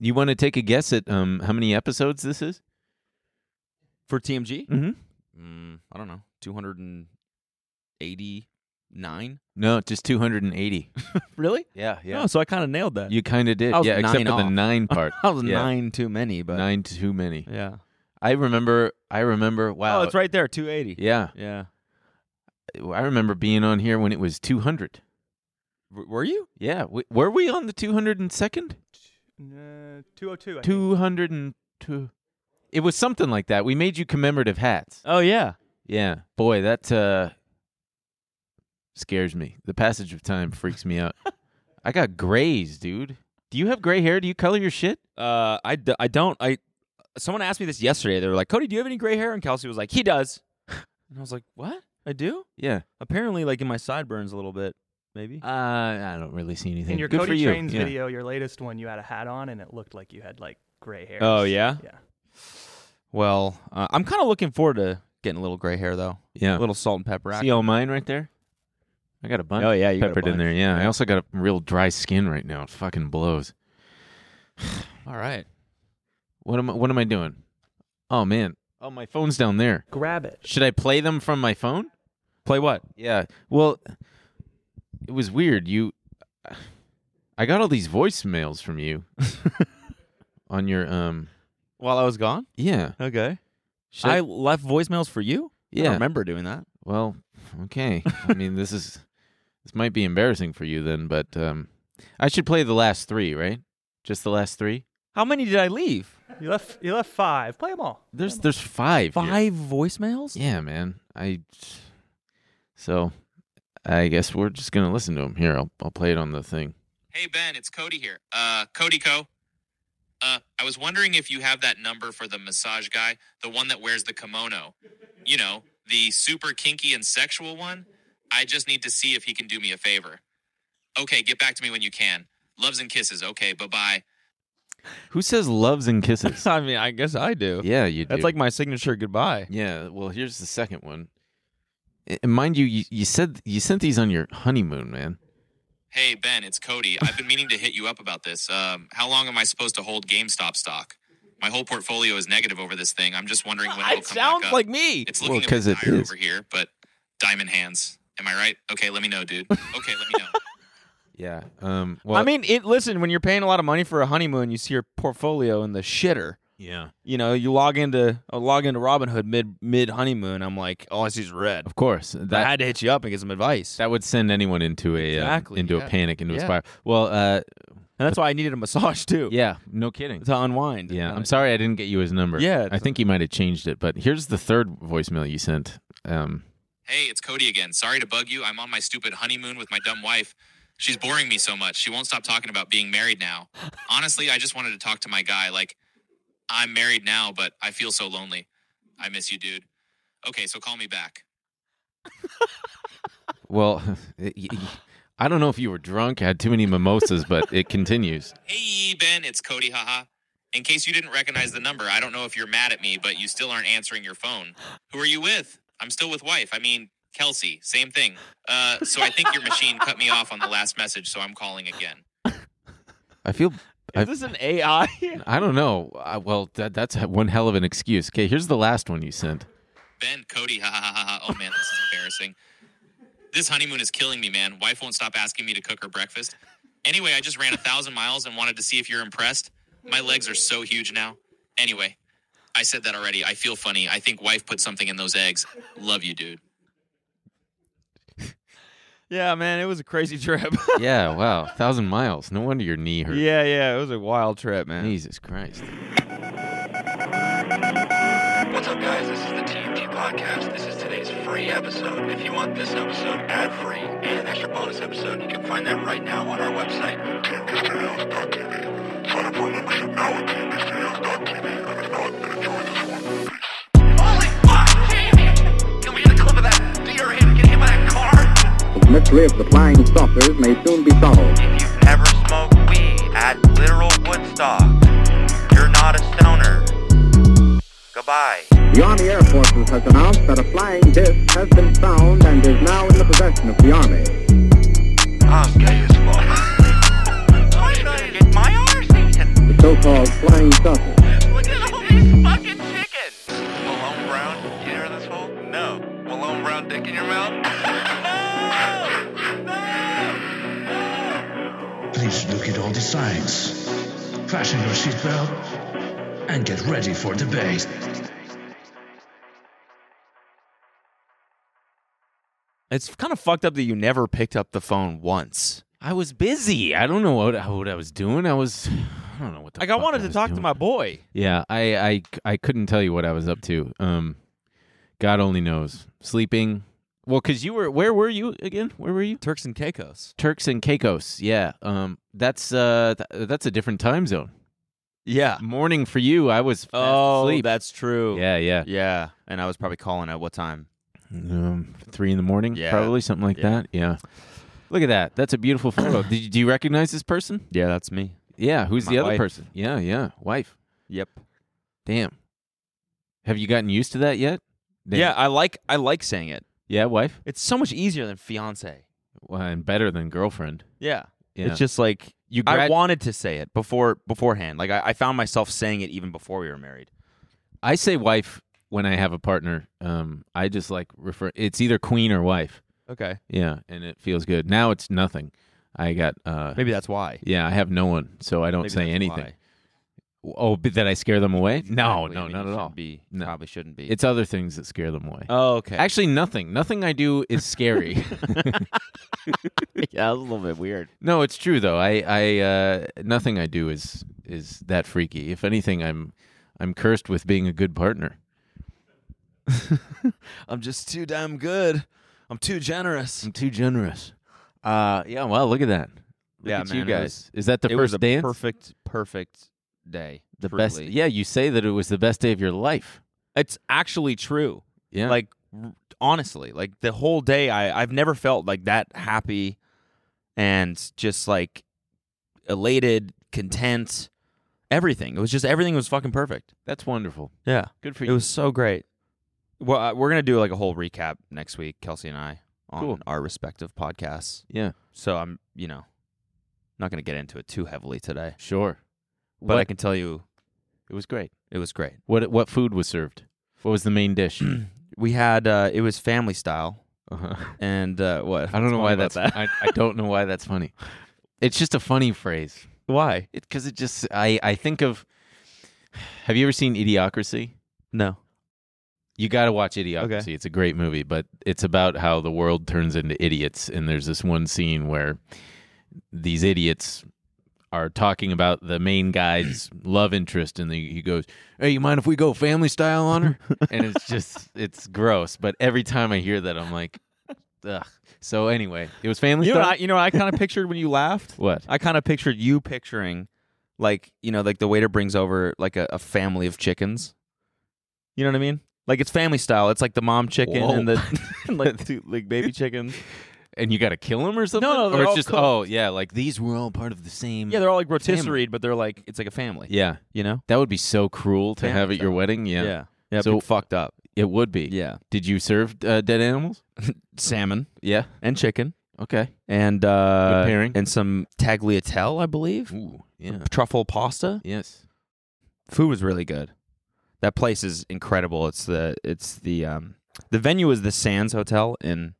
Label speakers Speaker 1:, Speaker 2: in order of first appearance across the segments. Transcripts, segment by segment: Speaker 1: You want to take a guess at um, how many episodes this is?
Speaker 2: for TMG?
Speaker 1: Mm-hmm.
Speaker 2: Mm, I don't know. 289?
Speaker 1: No, just 280.
Speaker 2: Really?
Speaker 1: Yeah,
Speaker 2: Yeah. so I kind of nailed that.
Speaker 1: You kind of did.
Speaker 2: I was
Speaker 1: Yeah, except for
Speaker 2: nine
Speaker 1: the
Speaker 2: off.
Speaker 1: nine part.
Speaker 2: I was
Speaker 1: Yeah.
Speaker 2: nine too many, but
Speaker 1: Nine too many.
Speaker 2: yeah.
Speaker 1: I remember. I remember. Wow.
Speaker 2: Oh, it's right there, 280.
Speaker 1: Yeah,
Speaker 2: Yeah.
Speaker 1: I remember being on here when it was 200.
Speaker 2: W- were you?
Speaker 1: Yeah, we, were we on the 202nd?
Speaker 3: Uh, 202. I think.
Speaker 1: 202. It was something like that. We made you commemorative hats.
Speaker 2: Oh, yeah.
Speaker 1: Yeah, boy, that uh, scares me. The passage of time freaks me out. I got grays, dude. Do you have gray hair? Do you color your shit?
Speaker 2: Uh, I, d- I don't. I Someone asked me this yesterday. They were like, Cody, do you have any gray hair? And Kelsey was like, he does. And I was like, what? I do?
Speaker 1: Yeah.
Speaker 2: Apparently, like in my sideburns a little bit, maybe.
Speaker 1: Uh, I don't really see anything.
Speaker 3: In your
Speaker 1: Good for
Speaker 3: Cody
Speaker 1: you.
Speaker 3: Trains
Speaker 1: Yeah.
Speaker 3: video, your latest one, you had a hat on and it looked like you had like gray hair.
Speaker 2: Oh, yeah?
Speaker 3: Yeah.
Speaker 2: Well, uh, I'm kind of looking forward to getting a little gray hair, though.
Speaker 1: Yeah.
Speaker 2: A little salt and pepper. Oh,
Speaker 1: See all mine right there? I Oh, got a bunch.
Speaker 2: yeah, you got a
Speaker 1: peppered in
Speaker 2: bunch.
Speaker 1: there. Yeah. I also got a real dry skin right now. It fucking blows.
Speaker 2: All right.
Speaker 1: What am I, what am I doing? Oh man. Oh, my phone's down there.
Speaker 3: Grab it.
Speaker 1: Should I play them from my phone?
Speaker 2: Play what?
Speaker 1: Yeah. Well, it was weird. You I got all these voicemails from you on your um
Speaker 2: While I was gone?
Speaker 1: yeah.
Speaker 2: Okay.
Speaker 1: Should
Speaker 2: I left voicemails for you? I
Speaker 1: yeah.
Speaker 2: don't remember doing that.
Speaker 1: Well, okay. I mean, this is this might be embarrassing for you then, but um, I should play the last three, right? Just the last three.
Speaker 2: How many did I leave?
Speaker 3: You left. You left five. Play them all.
Speaker 1: There's there's five. here.
Speaker 2: Five voicemails?
Speaker 1: Yeah, man. I so I guess we're just gonna listen to them here. I'll I'll play it on the thing.
Speaker 4: Hey Ben, it's Cody here. Uh, Cody Co. Uh, I was wondering if you have that number for the massage guy, the one that wears the kimono. You know, the super kinky and sexual one. I just need to see if he can do me a favor. Okay, get back to me when you can. Loves and kisses. Okay, bye bye.
Speaker 1: Who says loves and kisses?
Speaker 2: I mean, I guess I do.
Speaker 1: yeah, you.
Speaker 2: That's
Speaker 1: do.
Speaker 2: like my signature goodbye.
Speaker 1: yeah. Well, here's the second one. A- And mind you, you, you said you sent these on your honeymoon, man.
Speaker 4: Hey Ben, it's Cody. I've been meaning to hit you up about this. Um, how long am I supposed to hold GameStop stock? My whole portfolio is negative over this thing. I'm just wondering when it'll
Speaker 2: it
Speaker 4: come
Speaker 2: sounds
Speaker 4: back up.
Speaker 2: like me.
Speaker 4: It's
Speaker 1: Well,
Speaker 4: looking a
Speaker 1: 'cause
Speaker 4: bit
Speaker 1: it
Speaker 4: dire
Speaker 1: is.
Speaker 4: over here, but diamond hands. Am I right? Okay, let me know, dude. Okay, let me know.
Speaker 1: Yeah. Um. Well,
Speaker 2: I mean, it. listen, when you're paying a lot of money for a honeymoon, you see your portfolio in the shitter.
Speaker 1: yeah.
Speaker 2: You know, you log into uh, log into Robinhood mid mid honeymoon. I'm like, all I see is red.
Speaker 1: Of course.
Speaker 2: I
Speaker 1: That
Speaker 2: had to hit you up and get some advice,
Speaker 1: That would send anyone into a uh,
Speaker 2: Exactly,
Speaker 1: into
Speaker 2: yeah.
Speaker 1: a panic, into
Speaker 2: Yeah.
Speaker 1: a spiral. Well, uh,
Speaker 2: and that's why I needed a massage too.
Speaker 1: yeah, no kidding.
Speaker 2: to unwind.
Speaker 1: Yeah,
Speaker 2: Uh,
Speaker 1: I'm sorry I didn't get you his number.
Speaker 2: Yeah,
Speaker 1: I
Speaker 2: it's-
Speaker 1: think he might have changed it. But here's the third voicemail you sent. Um,
Speaker 4: Hey, it's Cody again. Sorry to bug you. I'm on my stupid honeymoon with my dumb wife. She's boring me so much. She won't stop talking about being married now. Honestly, I just wanted to talk to my guy. Like, I'm married now, but I feel so lonely. I miss you, dude. Okay, so call me back.
Speaker 1: well, I don't know if you were drunk, had too many mimosas, but it continues.
Speaker 4: Hey, Ben, it's Cody, haha. In case you didn't recognize the number, I don't know if you're mad at me, but you still aren't answering your phone. Who are you with? I'm still with wife. I mean, Kelsey, same thing. Uh, so I think your machine cut me off on the last message, so I'm calling again.
Speaker 1: I feel
Speaker 2: Is this an AI?
Speaker 1: I don't know. I, well, that, that's one hell of an excuse. Okay, here's the last one you sent.
Speaker 4: Ben, Cody, ha ha ha ha. ha. Oh man, this is embarrassing. This honeymoon is killing me, man. Wife won't stop asking me to cook her breakfast. Anyway, I just ran a thousand miles and wanted to see if you're impressed. My legs are so huge now. Anyway, I said that already. I feel funny. I think wife put something in those eggs. Love you, dude.
Speaker 2: yeah, man, it was a crazy trip.
Speaker 1: Yeah, wow, thousand miles. No wonder your knee hurt.
Speaker 2: yeah, yeah, it was a wild trip, man.
Speaker 1: Jesus Christ.
Speaker 5: What's up, guys? This is the TMT Podcast. This is today's free episode. If you want this episode ad free and an extra bonus episode, you can find that right now on our website. TMTStudio's.tv. Sign up for a membership now at TMTStudio's.tv. And if not, then enjoy this one. Holy fuck, Jamie! Can we hear the clip of that deer him getting hit by a car?
Speaker 6: The mystery of the flying saucers may soon be solved.
Speaker 7: If you've never smoked weed at literal Woodstock, you're not a stoner. Goodbye.
Speaker 6: The Army Air Forces has announced that a flying disc has been found and is now in the possession of the Army.
Speaker 7: I'm gay as fuck. I'm gonna get my arse eaten.
Speaker 6: The so-called flying saucers.
Speaker 7: Look at all these fucking chickens! Malone Brown, you hear this hole? No. Malone Brown dick in your mouth? No! No!
Speaker 8: Please look at all the signs. Fasten your seatbelt and get ready for debate.
Speaker 2: It's kind of fucked up that you never picked up the phone once.
Speaker 1: I was busy. I don't know what what I was doing. I was I don't know what the
Speaker 2: Like I
Speaker 1: fuck
Speaker 2: wanted to
Speaker 1: was
Speaker 2: talk to
Speaker 1: doing.
Speaker 2: my boy.
Speaker 1: Yeah, I, I c- I couldn't tell you what I was up to. Um, God only knows. Sleeping. Well, cause you were where were you again? Where were you?
Speaker 2: Turks and Caicos.
Speaker 1: Turks and Caicos. Yeah. Um, that's uh th- that's a different time zone.
Speaker 2: Yeah.
Speaker 1: Morning for you. I was fast
Speaker 2: Oh,
Speaker 1: asleep.
Speaker 2: that's true.
Speaker 1: yeah, yeah.
Speaker 2: Yeah. And I was probably calling at what time?
Speaker 1: Um, three in the morning,
Speaker 2: Yeah.
Speaker 1: probably something like
Speaker 2: Yeah.
Speaker 1: that. Yeah. Look at that. That's a beautiful photo. Did you, do you recognize this person?
Speaker 2: Yeah, that's me.
Speaker 1: Yeah. Who's
Speaker 2: My
Speaker 1: the other
Speaker 2: wife.
Speaker 1: person? Yeah, yeah. Wife.
Speaker 2: Yep.
Speaker 1: Damn. Have you gotten used to that yet? Damn.
Speaker 2: Yeah, I like I like saying it.
Speaker 1: Yeah, wife.
Speaker 2: It's so much easier than fiance.
Speaker 1: Well, and better than girlfriend.
Speaker 2: Yeah.
Speaker 1: Yeah.
Speaker 2: It's just like
Speaker 1: you.
Speaker 2: I
Speaker 1: grad-
Speaker 2: wanted to say it before beforehand. Like I, I found myself saying it even before we were married.
Speaker 1: I say wife when I have a partner. Um, I just like refer. It's either queen or wife.
Speaker 2: Okay.
Speaker 1: Yeah, and it feels good. Now it's nothing. I got. Uh,
Speaker 2: Maybe that's why.
Speaker 1: yeah, I have no one, so I don't
Speaker 2: Maybe
Speaker 1: say
Speaker 2: that's
Speaker 1: anything.
Speaker 2: why.
Speaker 1: Oh, but that I scare them away? No,
Speaker 2: Exactly. I
Speaker 1: no, not
Speaker 2: mean, you
Speaker 1: at all.
Speaker 2: shouldn't Be
Speaker 1: No.
Speaker 2: probably shouldn't be.
Speaker 1: It's other things that scare them away.
Speaker 2: oh, okay.
Speaker 1: Actually, nothing. Nothing I do is scary.
Speaker 2: yeah, that was a little bit weird.
Speaker 1: no, it's true though. I, I, uh, nothing I do is is that freaky. If anything, I'm, I'm cursed with being a good partner.
Speaker 2: I'm just too damn good. I'm too generous.
Speaker 1: I'm too generous. Uh, yeah. Well, look at that. Look
Speaker 2: Yeah,
Speaker 1: at
Speaker 2: man,
Speaker 1: you
Speaker 2: it
Speaker 1: guys.
Speaker 2: was-
Speaker 1: is that the
Speaker 2: it
Speaker 1: first
Speaker 2: was a
Speaker 1: dance?
Speaker 2: perfect, perfect day.
Speaker 1: the best.
Speaker 2: truly.
Speaker 1: Yeah, you say that it was the best day of your life.
Speaker 2: It's actually true.
Speaker 1: Yeah.
Speaker 2: Like r- honestly, like the whole day, I I've never felt like that happy, and just like elated, content, everything. It was just everything was fucking perfect.
Speaker 1: that's wonderful.
Speaker 2: Yeah,
Speaker 1: Good for
Speaker 2: it
Speaker 1: you.
Speaker 2: was so great. Well, uh, we're gonna do like a whole recap next week, Kelsey and I, on
Speaker 1: Cool.
Speaker 2: our respective podcasts.
Speaker 1: yeah.
Speaker 2: So I'm, you know, not gonna get into it too heavily today,
Speaker 1: Sure.
Speaker 2: but I
Speaker 1: What-
Speaker 2: can tell you
Speaker 1: it was great.
Speaker 2: it was great.
Speaker 1: What what food was served? What was the main dish?
Speaker 2: We had uh, it was family style,
Speaker 1: uh-huh.
Speaker 2: and uh, what
Speaker 1: I don't know why that's
Speaker 2: that.
Speaker 1: I, I don't know why that's funny. It's just a funny phrase.
Speaker 2: why
Speaker 1: It because it just I I think of. Have you ever seen Idiocracy?
Speaker 2: no.
Speaker 1: You got to watch Idiocracy.
Speaker 2: Okay.
Speaker 1: It's a great movie, but it's about how the world turns into idiots. And there's this one scene where these idiots are talking about the main guy's love interest, and the, he goes, "Hey, you mind if we go family style on her?" and it's just it's gross. But every time I hear that, I'm like, ugh. So anyway, it was family
Speaker 2: You know,
Speaker 1: style.
Speaker 2: what I, you know, what I kind of pictured when you laughed.
Speaker 1: what?
Speaker 2: I kind of pictured you picturing, like you know, like the waiter brings over like a, a family of chickens. You know what I mean? Like it's family style. It's like the mom chicken and
Speaker 1: Whoa.
Speaker 2: the Mm. like two, like baby chickens.
Speaker 1: and you got to kill him or something?
Speaker 2: no,
Speaker 1: or
Speaker 2: they're
Speaker 1: it's
Speaker 2: all
Speaker 1: just
Speaker 2: cooked.
Speaker 1: oh yeah, like these were all part of the same.
Speaker 2: Yeah, they're all like
Speaker 1: Family.
Speaker 2: rotisserie, but they're like it's like a family.
Speaker 1: yeah.
Speaker 2: You know?
Speaker 1: That would be so cruel to
Speaker 2: Family
Speaker 1: have at your
Speaker 2: style.
Speaker 1: wedding. Yeah,
Speaker 2: Yeah. Yeah,
Speaker 1: So-
Speaker 2: so fucked up.
Speaker 1: it would be.
Speaker 2: Yeah.
Speaker 1: Did you serve uh, dead animals?
Speaker 2: Salmon
Speaker 1: Yeah.
Speaker 2: and chicken
Speaker 1: Okay.
Speaker 2: and uh
Speaker 1: Good pairing.
Speaker 2: and some tagliatelle, I believe.
Speaker 1: Ooh. Yeah.
Speaker 2: Mm. Truffle pasta.
Speaker 1: Yes.
Speaker 2: food was really good. That place is incredible. It's the it's the um the venue is the Sands Hotel in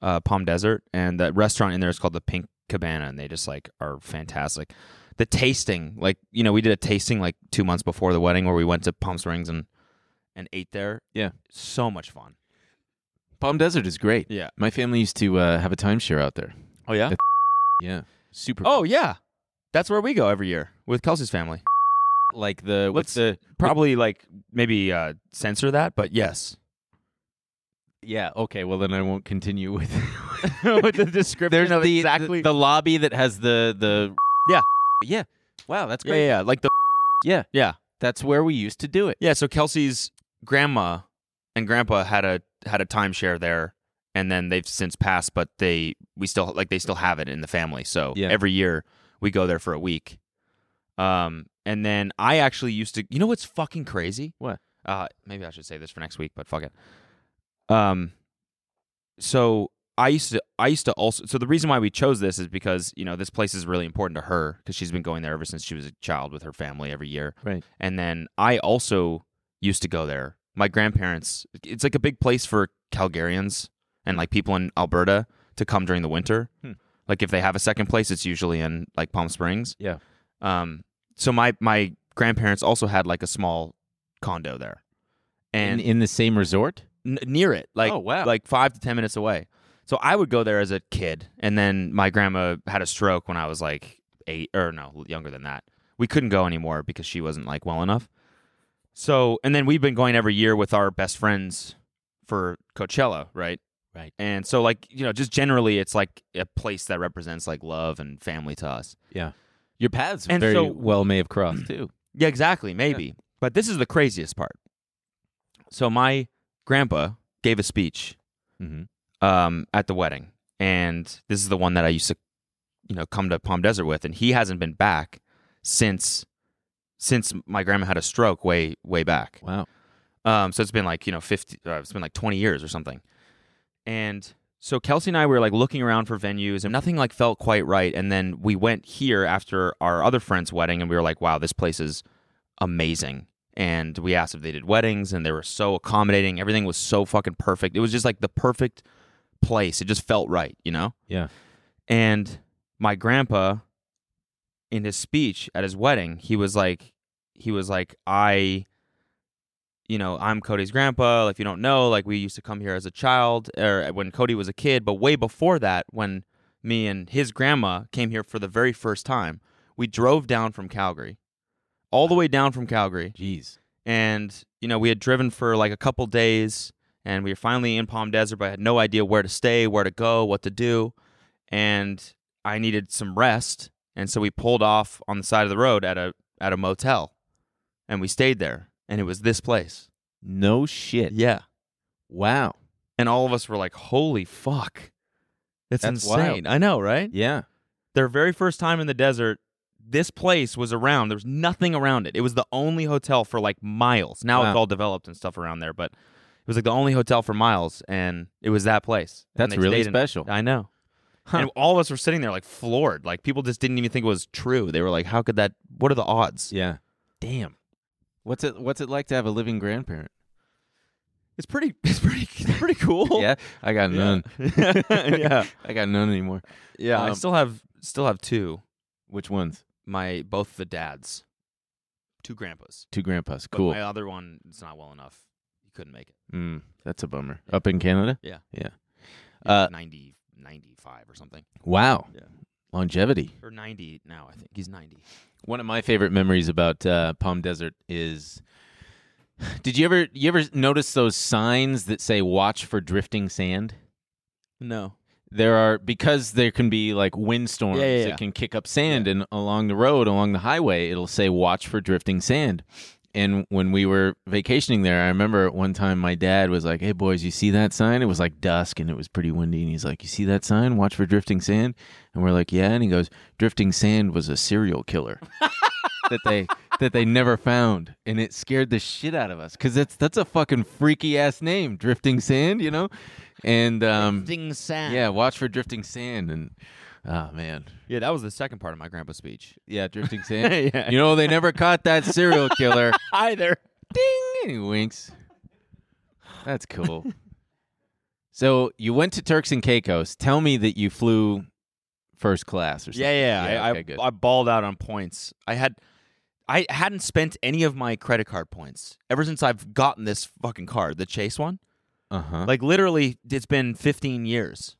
Speaker 2: uh, Palm Desert, and the restaurant in there is called the Pink Cabana, and they just like are fantastic. The tasting, like you know, we did a tasting like two months before the wedding where we went to Palm Springs and and ate there.
Speaker 1: Yeah.
Speaker 2: so much fun.
Speaker 1: Palm Desert is great.
Speaker 2: Yeah.
Speaker 1: My family used to uh, have a timeshare out there.
Speaker 2: Oh yeah.
Speaker 1: That's- Yeah. Super.
Speaker 2: Oh yeah. That's where we go every year with Kelsey's family.
Speaker 1: like the
Speaker 2: let's-
Speaker 1: what's the
Speaker 2: Probably like maybe uh, censor that, but yes.
Speaker 1: yeah? Okay. Well, then I won't continue with.
Speaker 2: with the description
Speaker 1: There's
Speaker 2: of
Speaker 1: the,
Speaker 2: exactly
Speaker 1: the the lobby that has the the
Speaker 2: Yeah.
Speaker 1: yeah. Wow, that's
Speaker 2: yeah,
Speaker 1: great.
Speaker 2: yeah, yeah, like the
Speaker 1: Yeah.
Speaker 2: yeah.
Speaker 1: That's where we used to do it.
Speaker 2: Yeah, so Kelsey's grandma and grandpa had a had a timeshare there, and then they've since passed, but they we still like they still have it in the family. So
Speaker 1: Yeah.
Speaker 2: every year we go there for a week. Um, and then I actually used to. You know what's fucking crazy?
Speaker 1: What?
Speaker 2: Uh, maybe I should say this for next week, but fuck it. Um, so I used to I used to also. So the reason why we chose this is because you know this place is really important to her because she's been going there ever since she was a child with her family every year.
Speaker 1: Right.
Speaker 2: And then I also used to go there. My grandparents. It's like a big place for Calgarians and like people in Alberta to come during the winter.
Speaker 1: Hmm.
Speaker 2: Like if they have a second place, it's usually in like Palm Springs.
Speaker 1: Yeah.
Speaker 2: Um. So my my grandparents also had like a small condo there,
Speaker 1: And
Speaker 2: and
Speaker 1: in the same resort?
Speaker 2: n- near it, like
Speaker 1: Oh, wow.
Speaker 2: like five to ten minutes away. So I would go there as a kid, and then my grandma had a stroke when I was like eight or no younger than that. We couldn't go anymore because she wasn't like well enough. So and then we've been going every year with our best friends for Coachella, right?
Speaker 1: Right.
Speaker 2: And so like you know just generally it's like a place that represents like love and family to us.
Speaker 1: Your paths
Speaker 2: And
Speaker 1: very
Speaker 2: so-
Speaker 1: well may have crossed too.
Speaker 2: Yeah, exactly. Maybe. But this is the craziest part. So my grandpa gave a speech
Speaker 1: Mhm.
Speaker 2: um, at the wedding, and this is the one that I used to, you know, come to Palm Desert with, and he hasn't been back since since my grandma had a stroke way way back.
Speaker 1: Wow.
Speaker 2: Um, so it's been like you know fifty, uh, it's been like twenty years or something. And so Kelsey and I were like looking around for venues, and nothing like felt quite right. And then we went here after our other friend's wedding, and we were like, "Wow, this place is amazing." And we asked if they did weddings, and they were so accommodating. Everything was so fucking perfect. It was just like the perfect place. It just felt right, you know.
Speaker 1: Yeah.
Speaker 2: And my grandpa, in his speech at his wedding, he was like, he was like, I, you know, I'm Cody's grandpa. If you don't know, like we used to come here as a child or when Cody was a kid, but way before that, when me and his grandma came here for the very first time, we drove down from Calgary, all the way down from Calgary
Speaker 1: Jeez.
Speaker 2: and you know we had driven for like a couple days and we were finally in palm desert but i had no idea where to stay where to go what to do and i needed some rest and so we pulled off on the side of the road at a at a motel and we stayed there and it was this place
Speaker 1: No shit.
Speaker 2: yeah
Speaker 1: Wow.
Speaker 2: and all of us were like holy fuck that's,
Speaker 1: That's
Speaker 2: insane
Speaker 1: wild.
Speaker 2: i know right
Speaker 1: Yeah.
Speaker 2: their very first time in the desert this place was around there was nothing around it it was the only hotel for like miles now it's
Speaker 1: Wow.
Speaker 2: all developed and stuff around there but it was like the only hotel for miles and it was that place And
Speaker 1: That's
Speaker 2: they
Speaker 1: really
Speaker 2: stayed in-
Speaker 1: special.
Speaker 2: i know and all of us were sitting there like floored like people just didn't even think it was true they were like how could that what are the odds
Speaker 1: Yeah. Damn. What's it what's it like to have a living grandparent?
Speaker 2: it's pretty it's pretty it's pretty cool
Speaker 1: Yeah. I got none.
Speaker 2: yeah
Speaker 1: I got none anymore.
Speaker 2: yeah i
Speaker 1: Um,
Speaker 2: still have still have two
Speaker 1: Which ones?
Speaker 2: my both the dads two grandpas
Speaker 1: Two grandpas.
Speaker 2: But
Speaker 1: Cool.
Speaker 2: my other one it's not well enough he couldn't make it
Speaker 1: Mm, that's a bummer. Up in Canada?
Speaker 2: Yeah.
Speaker 1: Yeah. Uh,
Speaker 2: uh, 90, 95 or something.
Speaker 1: Wow.
Speaker 2: Yeah.
Speaker 1: Longevity.
Speaker 2: Or 90 now, I think. He's 90.
Speaker 1: One of my favorite memories about uh, Palm Desert is Did you ever you ever notice those signs that say watch for drifting sand?
Speaker 2: No.
Speaker 1: there are because there can be like windstorms
Speaker 2: Yeah, yeah, yeah.
Speaker 1: it can kick up sand and along the road along the highway it'll say watch for drifting sand and when we were vacationing there i remember at one time my dad was like hey boys you see that sign it was like dusk and it was pretty windy and he's like you see that sign watch for drifting sand and we're like yeah and he goes drifting sand was a serial killer that they that they never found and it scared the shit out of us because that's that's a fucking freaky ass name drifting sand you know and um
Speaker 2: Ding Sam.
Speaker 1: yeah, watch for drifting sand and oh man.
Speaker 2: Yeah, that was the second part of my grandpa's speech.
Speaker 1: Yeah, drifting sand.
Speaker 2: Yeah.
Speaker 1: You know they never caught that serial killer.
Speaker 2: Either.
Speaker 1: Ding and he winks. That's cool. so you went to Turks and Caicos. Tell me that you flew first class or something.
Speaker 2: Yeah, yeah. I,
Speaker 1: okay,
Speaker 2: I,
Speaker 1: good.
Speaker 2: I balled out on points. I had I hadn't spent any of my credit card points ever since I've gotten this fucking card, the Chase one.
Speaker 1: uh-huh.
Speaker 2: Like literally it's been 15 years.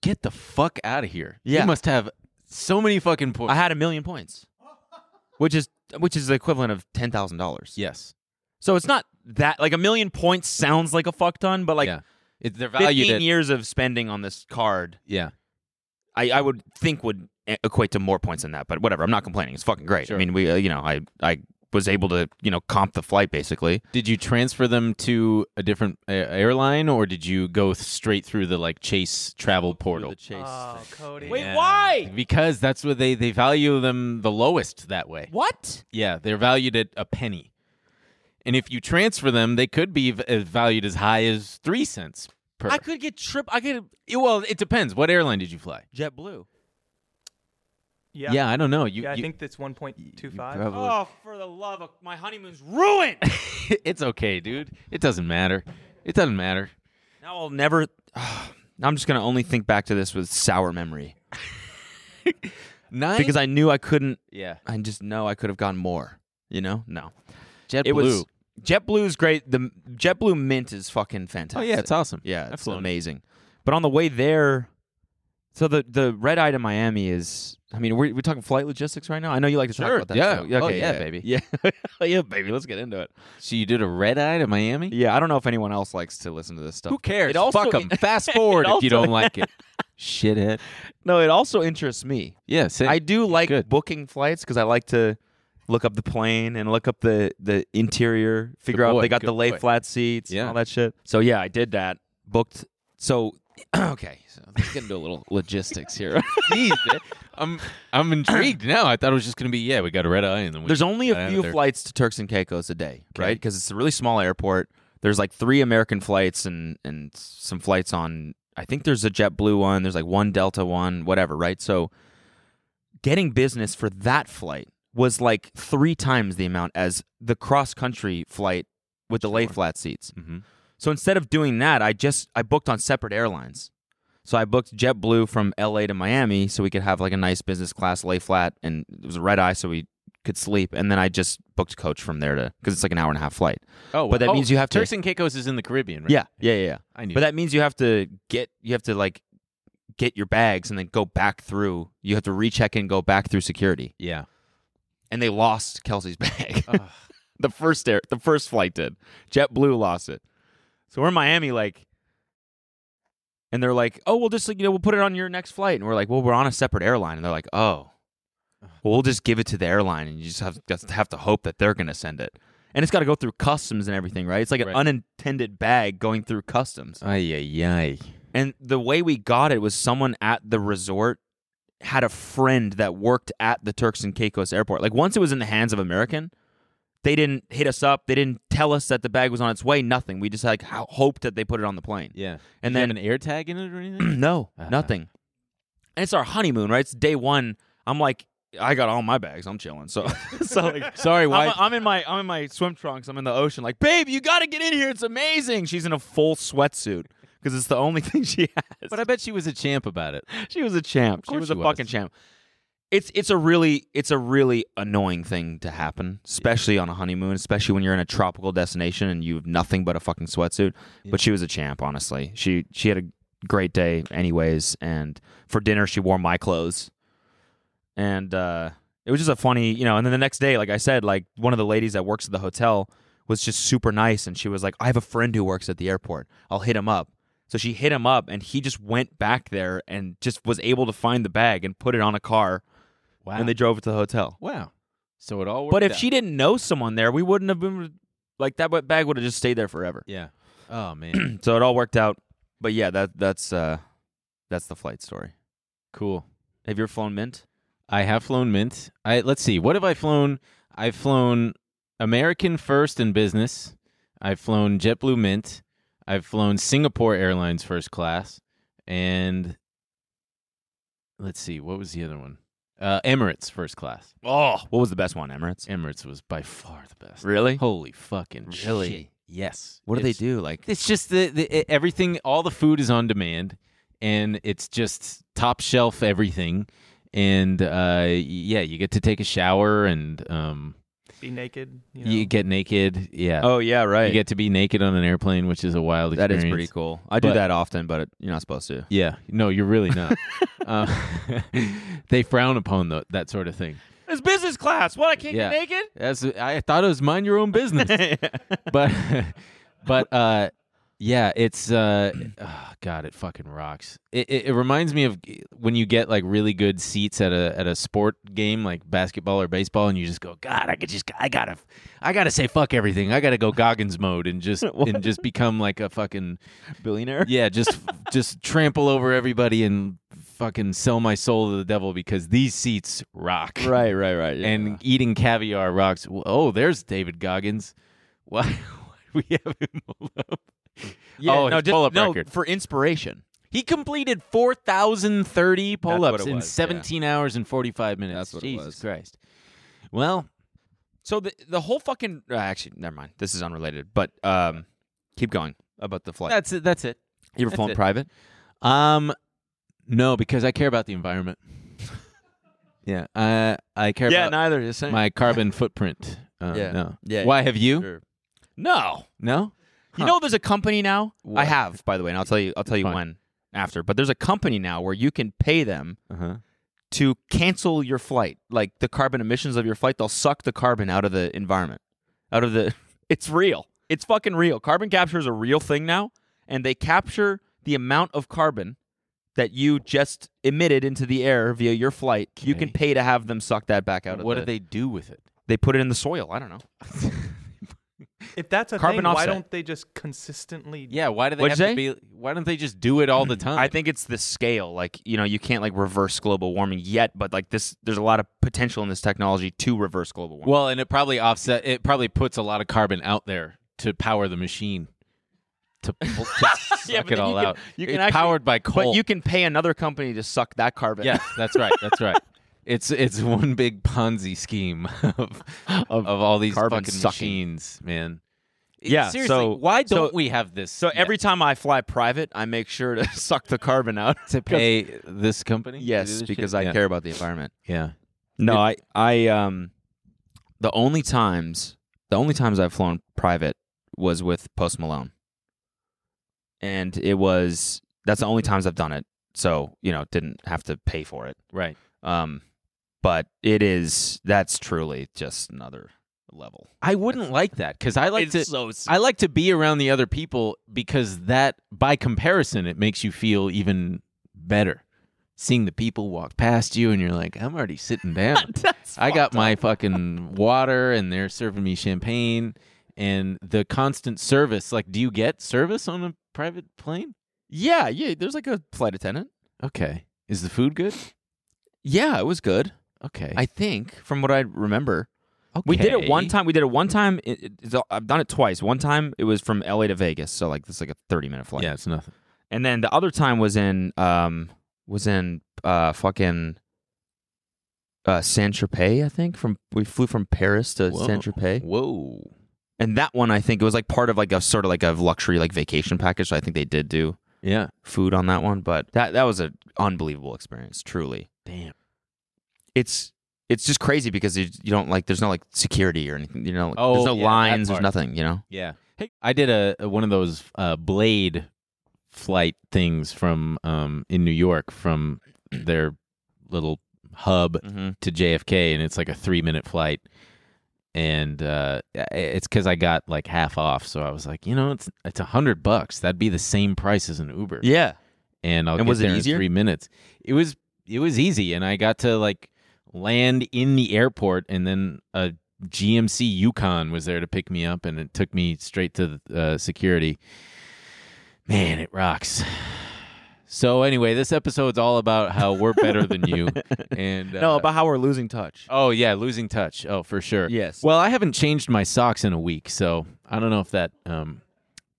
Speaker 1: Get the fuck out of here.
Speaker 2: Yeah.
Speaker 1: You must have so many fucking
Speaker 2: I
Speaker 1: points.
Speaker 2: had a million points. Which is which is the equivalent of $10,000.
Speaker 1: yes.
Speaker 2: So it's not that like a million points sounds like a fuck ton, but like
Speaker 1: yeah. It, they're valued
Speaker 2: 15
Speaker 1: at
Speaker 2: years of spending on this card,
Speaker 1: Yeah.
Speaker 2: I, I would think would e- equate to more points than that. But whatever, I'm not complaining. It's fucking great.
Speaker 1: Sure.
Speaker 2: I mean, we, uh, you know, I, I was able to, you know, comp the flight basically.
Speaker 1: Did you transfer them to a different a- airline, or did you go th- straight through the like Chase travel portal?
Speaker 3: Oh, Cody.
Speaker 1: Yeah. Because that's what they they value them the lowest that way.
Speaker 2: What?
Speaker 1: Yeah, they're valued at a penny, and if you transfer them, they could be v- uh, valued as high as three cents per.
Speaker 2: I could get trip. I could
Speaker 1: Yeah, well, it depends. What airline did you fly?
Speaker 2: JetBlue.
Speaker 3: Yeah.
Speaker 1: I don't know. You,
Speaker 3: yeah, I
Speaker 1: you-
Speaker 3: think that's 1.25.
Speaker 1: probably-
Speaker 2: Oh, for the love of my honeymoon's ruined.
Speaker 1: it's okay, dude. It doesn't matter. It doesn't matter.
Speaker 2: now I'll never. I'm just gonna only think back to this with sour memory
Speaker 1: Nine
Speaker 2: because I knew I couldn't.
Speaker 1: yeah,
Speaker 2: I just know I could have gotten more. You know, no.
Speaker 1: JetBlue.
Speaker 2: It was JetBlue's great. The JetBlue Mint is fucking
Speaker 1: oh
Speaker 2: fantastic.
Speaker 1: yeah, it's awesome.
Speaker 2: Yeah,
Speaker 1: I've
Speaker 2: it's
Speaker 1: flown it.
Speaker 2: amazing. But on the way there, so the the red eye to Miami is. I mean, we're we talking flight logistics right now. I know you like to talk
Speaker 1: Sure,
Speaker 2: about that.
Speaker 1: yeah.
Speaker 2: so-
Speaker 1: Oh,
Speaker 2: okay,
Speaker 1: yeah, baby.
Speaker 2: Yeah, yeah, baby. Let's get into it.
Speaker 1: So you did a red eye to Miami?
Speaker 2: Yeah, I don't know if anyone else likes to listen to this stuff.
Speaker 1: Who cares?
Speaker 2: It also,
Speaker 1: Fuck them. Fast forward if you
Speaker 2: also-
Speaker 1: don't like it. Shithead.
Speaker 2: No, it also interests me.
Speaker 1: Yeah, say,
Speaker 2: I do like
Speaker 1: good.
Speaker 2: booking flights because I like to look up the plane and look up the the interior, figure out
Speaker 1: boy,
Speaker 2: if they got
Speaker 1: good
Speaker 2: the lay
Speaker 1: boy.
Speaker 2: flat seats, and
Speaker 1: Yeah.
Speaker 2: all that shit. So yeah, I did that. Booked. So okay, so let's get into a little logistics here.
Speaker 1: Jeez, eh? I'm I'm intrigued now. I thought it was just gonna be yeah, we got a red eye and then we
Speaker 2: There's only
Speaker 1: got
Speaker 2: a
Speaker 1: out
Speaker 2: few
Speaker 1: of there.
Speaker 2: flights to Turks and Caicos a day, right? 'Cause
Speaker 1: Okay.
Speaker 2: right? Because it's a really small airport. There's like three American flights and and some flights on. I think there's a JetBlue one. There's like one Delta one, whatever, right? So getting business for that flight was like three times the amount as the cross country flight with the lay flat seats.
Speaker 1: Mhm.
Speaker 2: So instead of doing that, I just I booked on separate airlines. So I booked JetBlue from LA to Miami so we could have like a nice business class lay flat and it was a red eye so we could sleep and then I just booked coach from there to cuz it's like an hour and a half flight.
Speaker 1: Oh,
Speaker 2: but that
Speaker 1: wow.
Speaker 2: means you have to-
Speaker 1: Turks and Caicos is in the Caribbean, right?
Speaker 2: Yeah, yeah, yeah. yeah.
Speaker 1: I knew.
Speaker 2: But that means you have to get you have to like get your bags and then go back through. You have to recheck and go back through security.
Speaker 1: yeah,
Speaker 2: And they lost Kelsey's bag. the first air, the first flight did. JetBlue lost it. So we're in Miami, like, and they're like, "Oh, we'll just like, you know we'll put it on your next flight." And we're like, "Well, we're on a separate airline." And they're like, "Oh, well, we'll just give it to the airline, and you just have just have to hope that they're gonna send it." And it's got to go through customs and everything, right? It's like an
Speaker 1: Right.
Speaker 2: unintended bag going through customs.
Speaker 1: ay ay ay.
Speaker 2: And the way we got it was someone at the resort had a friend that worked at the Turks and Caicos airport. Like once it was in the hands of American, they didn't hit us up. They didn't tell us that the bag was on its way. Nothing. We just like ho- hoped that they put it on the plane.
Speaker 1: Yeah,
Speaker 2: And
Speaker 1: Did you
Speaker 2: then-
Speaker 1: have an air tag in it or anything?
Speaker 2: no,
Speaker 1: Uh-huh.
Speaker 2: nothing. And it's our honeymoon, right? It's day one. I'm like, I got all my bags. I'm chilling. So, so like,
Speaker 1: Sorry,
Speaker 2: I'm,
Speaker 1: why?
Speaker 2: I'm in my I'm in my swim trunks. I'm in the ocean. Like, babe, you got to get in here. It's amazing. She's in a full sweatsuit because it's the only thing she has
Speaker 1: But I bet she was a champ about it.
Speaker 2: she was a champ. She
Speaker 1: course
Speaker 2: was
Speaker 1: she
Speaker 2: a fucking
Speaker 1: was.
Speaker 2: champ. It's it's a really it's a really annoying thing to happen, especially on a honeymoon, especially when you're in a tropical destination and you have nothing but a fucking sweatsuit. But she was a champ, honestly. She she had a great day anyways, and for dinner she wore my clothes. And uh it was just a funny, you know, and then the next day, like I said, like one of the ladies that works at the hotel was just super nice and she was like, I have a friend who works at the airport. I'll hit him up. So she hit him up, and he just went back there and just was able to find the bag and put it on a car,
Speaker 1: Wow.
Speaker 2: and they drove it to the hotel.
Speaker 1: wow. So it all worked.
Speaker 2: But if
Speaker 1: out.
Speaker 2: she didn't know someone there, we wouldn't have been like that. wa- Bag would have just stayed there forever.
Speaker 1: yeah. Oh man,
Speaker 2: So it all worked out. But yeah, that that's uh, that's the flight story.
Speaker 1: cool.
Speaker 2: Have you ever flown Mint?
Speaker 1: I have flown Mint. I let's see. What have I flown? I've flown American First in business. I've flown JetBlue Mint. I've flown Singapore Airlines first class, and let's see. What was the other one? Uh, Emirates first class.
Speaker 2: Oh, what was the best one? Emirates.
Speaker 1: Emirates was by far the best.
Speaker 2: Really?
Speaker 1: Holy fucking
Speaker 2: Really?
Speaker 1: shit. Yes.
Speaker 2: What do
Speaker 1: It's-
Speaker 2: they do? Like,
Speaker 1: It's just the, the e- everything. All the food is on demand, and it's just top shelf everything. And uh, yeah, you get to take a shower and um,
Speaker 3: Be naked. You,
Speaker 1: you,
Speaker 3: know.
Speaker 1: get naked. Yeah,
Speaker 2: oh yeah, right.
Speaker 1: you get to be naked on an airplane, which is a wild.
Speaker 2: that
Speaker 1: experience.
Speaker 2: is pretty cool. I do
Speaker 1: But-
Speaker 2: that often, but it, you're not supposed to.
Speaker 1: Yeah, no, you're really not. uh, they frown upon tho- that sort of thing.
Speaker 2: It's business class. What? I can't
Speaker 1: get Yeah.
Speaker 2: naked.
Speaker 1: That's I thought it was mind your own business. but but uh yeah it's uh oh, god it fucking rocks it, it, it reminds me of when you get like really good seats at a at a sport game like basketball or baseball and you just go god i could just i gotta i gotta say fuck everything i gotta go goggins mode and just and just become like a fucking
Speaker 2: Billionaire.
Speaker 1: yeah just just trample over everybody and fucking sell my soul to the devil because these seats rock
Speaker 2: Right, right, right. yeah.
Speaker 1: and eating caviar rocks. Oh, there's David Goggins. Why, why do we have him all up?
Speaker 2: Yeah,
Speaker 1: oh,
Speaker 2: no,
Speaker 1: his
Speaker 2: just-
Speaker 1: pull-up
Speaker 2: no,
Speaker 1: record.
Speaker 2: for inspiration.
Speaker 1: He completed 4,030 pull ups
Speaker 2: what it
Speaker 1: in
Speaker 2: was, yeah.
Speaker 1: 17 hours and 45 minutes.
Speaker 2: That's what it
Speaker 1: Jesus
Speaker 2: was.
Speaker 1: Christ. Well,
Speaker 2: So the the whole fucking uh, actually, never mind. This is unrelated, but um, keep going about the flight.
Speaker 1: that's it. That's it.
Speaker 2: you ever
Speaker 1: that's
Speaker 2: flown
Speaker 1: it.
Speaker 2: private?
Speaker 1: Um, no, because I care about the environment. yeah, I I care about
Speaker 2: neither. The same.
Speaker 1: my carbon footprint. Uh,
Speaker 2: Yeah.
Speaker 1: No.
Speaker 2: Yeah,
Speaker 1: Why have you?
Speaker 2: Sure. No,
Speaker 1: No.
Speaker 2: you
Speaker 1: Huh.
Speaker 2: know there's a company now. I
Speaker 1: What?
Speaker 2: have, by the way, and I'll tell you. I'll tell you
Speaker 1: Fine.
Speaker 2: when after. But there's a company now where you can pay them
Speaker 1: Uh huh.
Speaker 2: to cancel your flight, like the carbon emissions of your flight. They'll suck the carbon out of the environment, out of the. It's real. It's fucking real. Carbon capture is a real thing now, and they capture the amount of carbon that you just emitted into the air via your flight. You can
Speaker 1: Okay.
Speaker 2: pay to have them suck that back out.
Speaker 1: What
Speaker 2: of
Speaker 1: do they do with it?
Speaker 2: They put it in the soil. I don't know.
Speaker 3: If that's a
Speaker 2: Carbon
Speaker 3: thing,
Speaker 2: offset.
Speaker 3: why don't they just consistently?
Speaker 1: Yeah. Why do they
Speaker 2: What'd
Speaker 1: have
Speaker 2: you
Speaker 1: to be? Why don't they just do it all the time?
Speaker 2: I think it's the scale. Like you know, you can't like reverse global warming yet, but like this, there's a lot of potential in this technology to reverse global warming.
Speaker 1: Well, and it probably offset. It probably puts a lot of carbon out there to power the machine to, to suck
Speaker 2: Yeah, but
Speaker 1: it
Speaker 2: then
Speaker 1: all
Speaker 2: you can-
Speaker 1: out.
Speaker 2: you can
Speaker 1: it's
Speaker 2: actually-
Speaker 1: powered by coal.
Speaker 2: but you can pay another company to suck that carbon.
Speaker 1: Yes, that's right. That's right. It's it's one big Ponzi scheme of of, all these
Speaker 2: carbon
Speaker 1: fucking
Speaker 2: sucking.
Speaker 1: machines, man. It-
Speaker 2: Yeah,
Speaker 1: Seriously,
Speaker 2: so-
Speaker 1: why
Speaker 2: so-
Speaker 1: don't we have this?
Speaker 2: So
Speaker 1: yet
Speaker 2: every time I fly private, I make sure to suck the carbon out.
Speaker 1: to pay this company? to do
Speaker 2: Yes,
Speaker 1: this
Speaker 2: because
Speaker 1: shit?
Speaker 2: I
Speaker 1: yeah.
Speaker 2: care about the environment.
Speaker 1: Yeah.
Speaker 2: No, I, I, um, the only times, the only times I've flown private was with Post Malone, and it was that's the only times I've done it. So you know, didn't have to pay for it.
Speaker 1: Right.
Speaker 2: Um, but it is that's truly just another level.
Speaker 1: I wouldn't like that because I like
Speaker 2: it's
Speaker 1: to
Speaker 2: so
Speaker 1: I like to be around the other people because that by comparison it makes you feel even better. Seeing the people walk past you and you're like, I'm already sitting down. I got my fucking water and they're serving me champagne and the constant service. Like, do you get service on a private plane?
Speaker 2: yeah, yeah. There's like a flight attendant.
Speaker 1: Okay. Is the food good?
Speaker 2: Yeah, it was good.
Speaker 1: Okay.
Speaker 2: I think from what I remember.
Speaker 1: okay.
Speaker 2: We did it one time. We did it one time. It, it- it's all- I've done it twice. One time it was from LA to Vegas, so like this is like a thirty minute flight.
Speaker 1: Yeah, it's nothing.
Speaker 2: And then the other time was in um was in uh fucking uh Saint Tropez, I think. From we flew from Paris to
Speaker 1: Whoa.
Speaker 2: Saint Tropez,
Speaker 1: Whoa.
Speaker 2: and that one I think it was like part of like a sort of like a luxury like vacation package. So I think they did do
Speaker 1: Yeah.
Speaker 2: food on that one, but that that was an unbelievable experience. Truly,
Speaker 1: Damn.
Speaker 2: it's. It's just crazy because you, you don't like. There's no like security or anything. You know, like, there's
Speaker 1: Oh,
Speaker 2: no
Speaker 1: yeah, that
Speaker 2: lines. There's
Speaker 1: part.
Speaker 2: nothing. You know.
Speaker 1: Yeah. Hey, I did a, a- one of those uh, blade flight things from um, in New York from their little hub
Speaker 2: Mm-hmm.
Speaker 1: to JFK, and it's like a three minute flight. And uh, i- it's because I got like half off, so I was like, you know, it's it's a hundred bucks. That'd be the same price as an Uber.
Speaker 2: Yeah.
Speaker 1: And I'll
Speaker 2: And
Speaker 1: get
Speaker 2: was it
Speaker 1: there
Speaker 2: easier?
Speaker 1: in three minutes. It was it was easy, and I got to like land in the airport, and then a GMC Yukon was there to pick me up, and it took me straight to uh, security. Man, it rocks. So anyway, this episode's all about how we're better than you, and
Speaker 2: no,
Speaker 1: uh,
Speaker 2: about how we're losing touch.
Speaker 1: Oh yeah, losing touch. Oh for sure.
Speaker 2: Yes.
Speaker 1: Well, I haven't changed my socks in a week, so I don't know if that um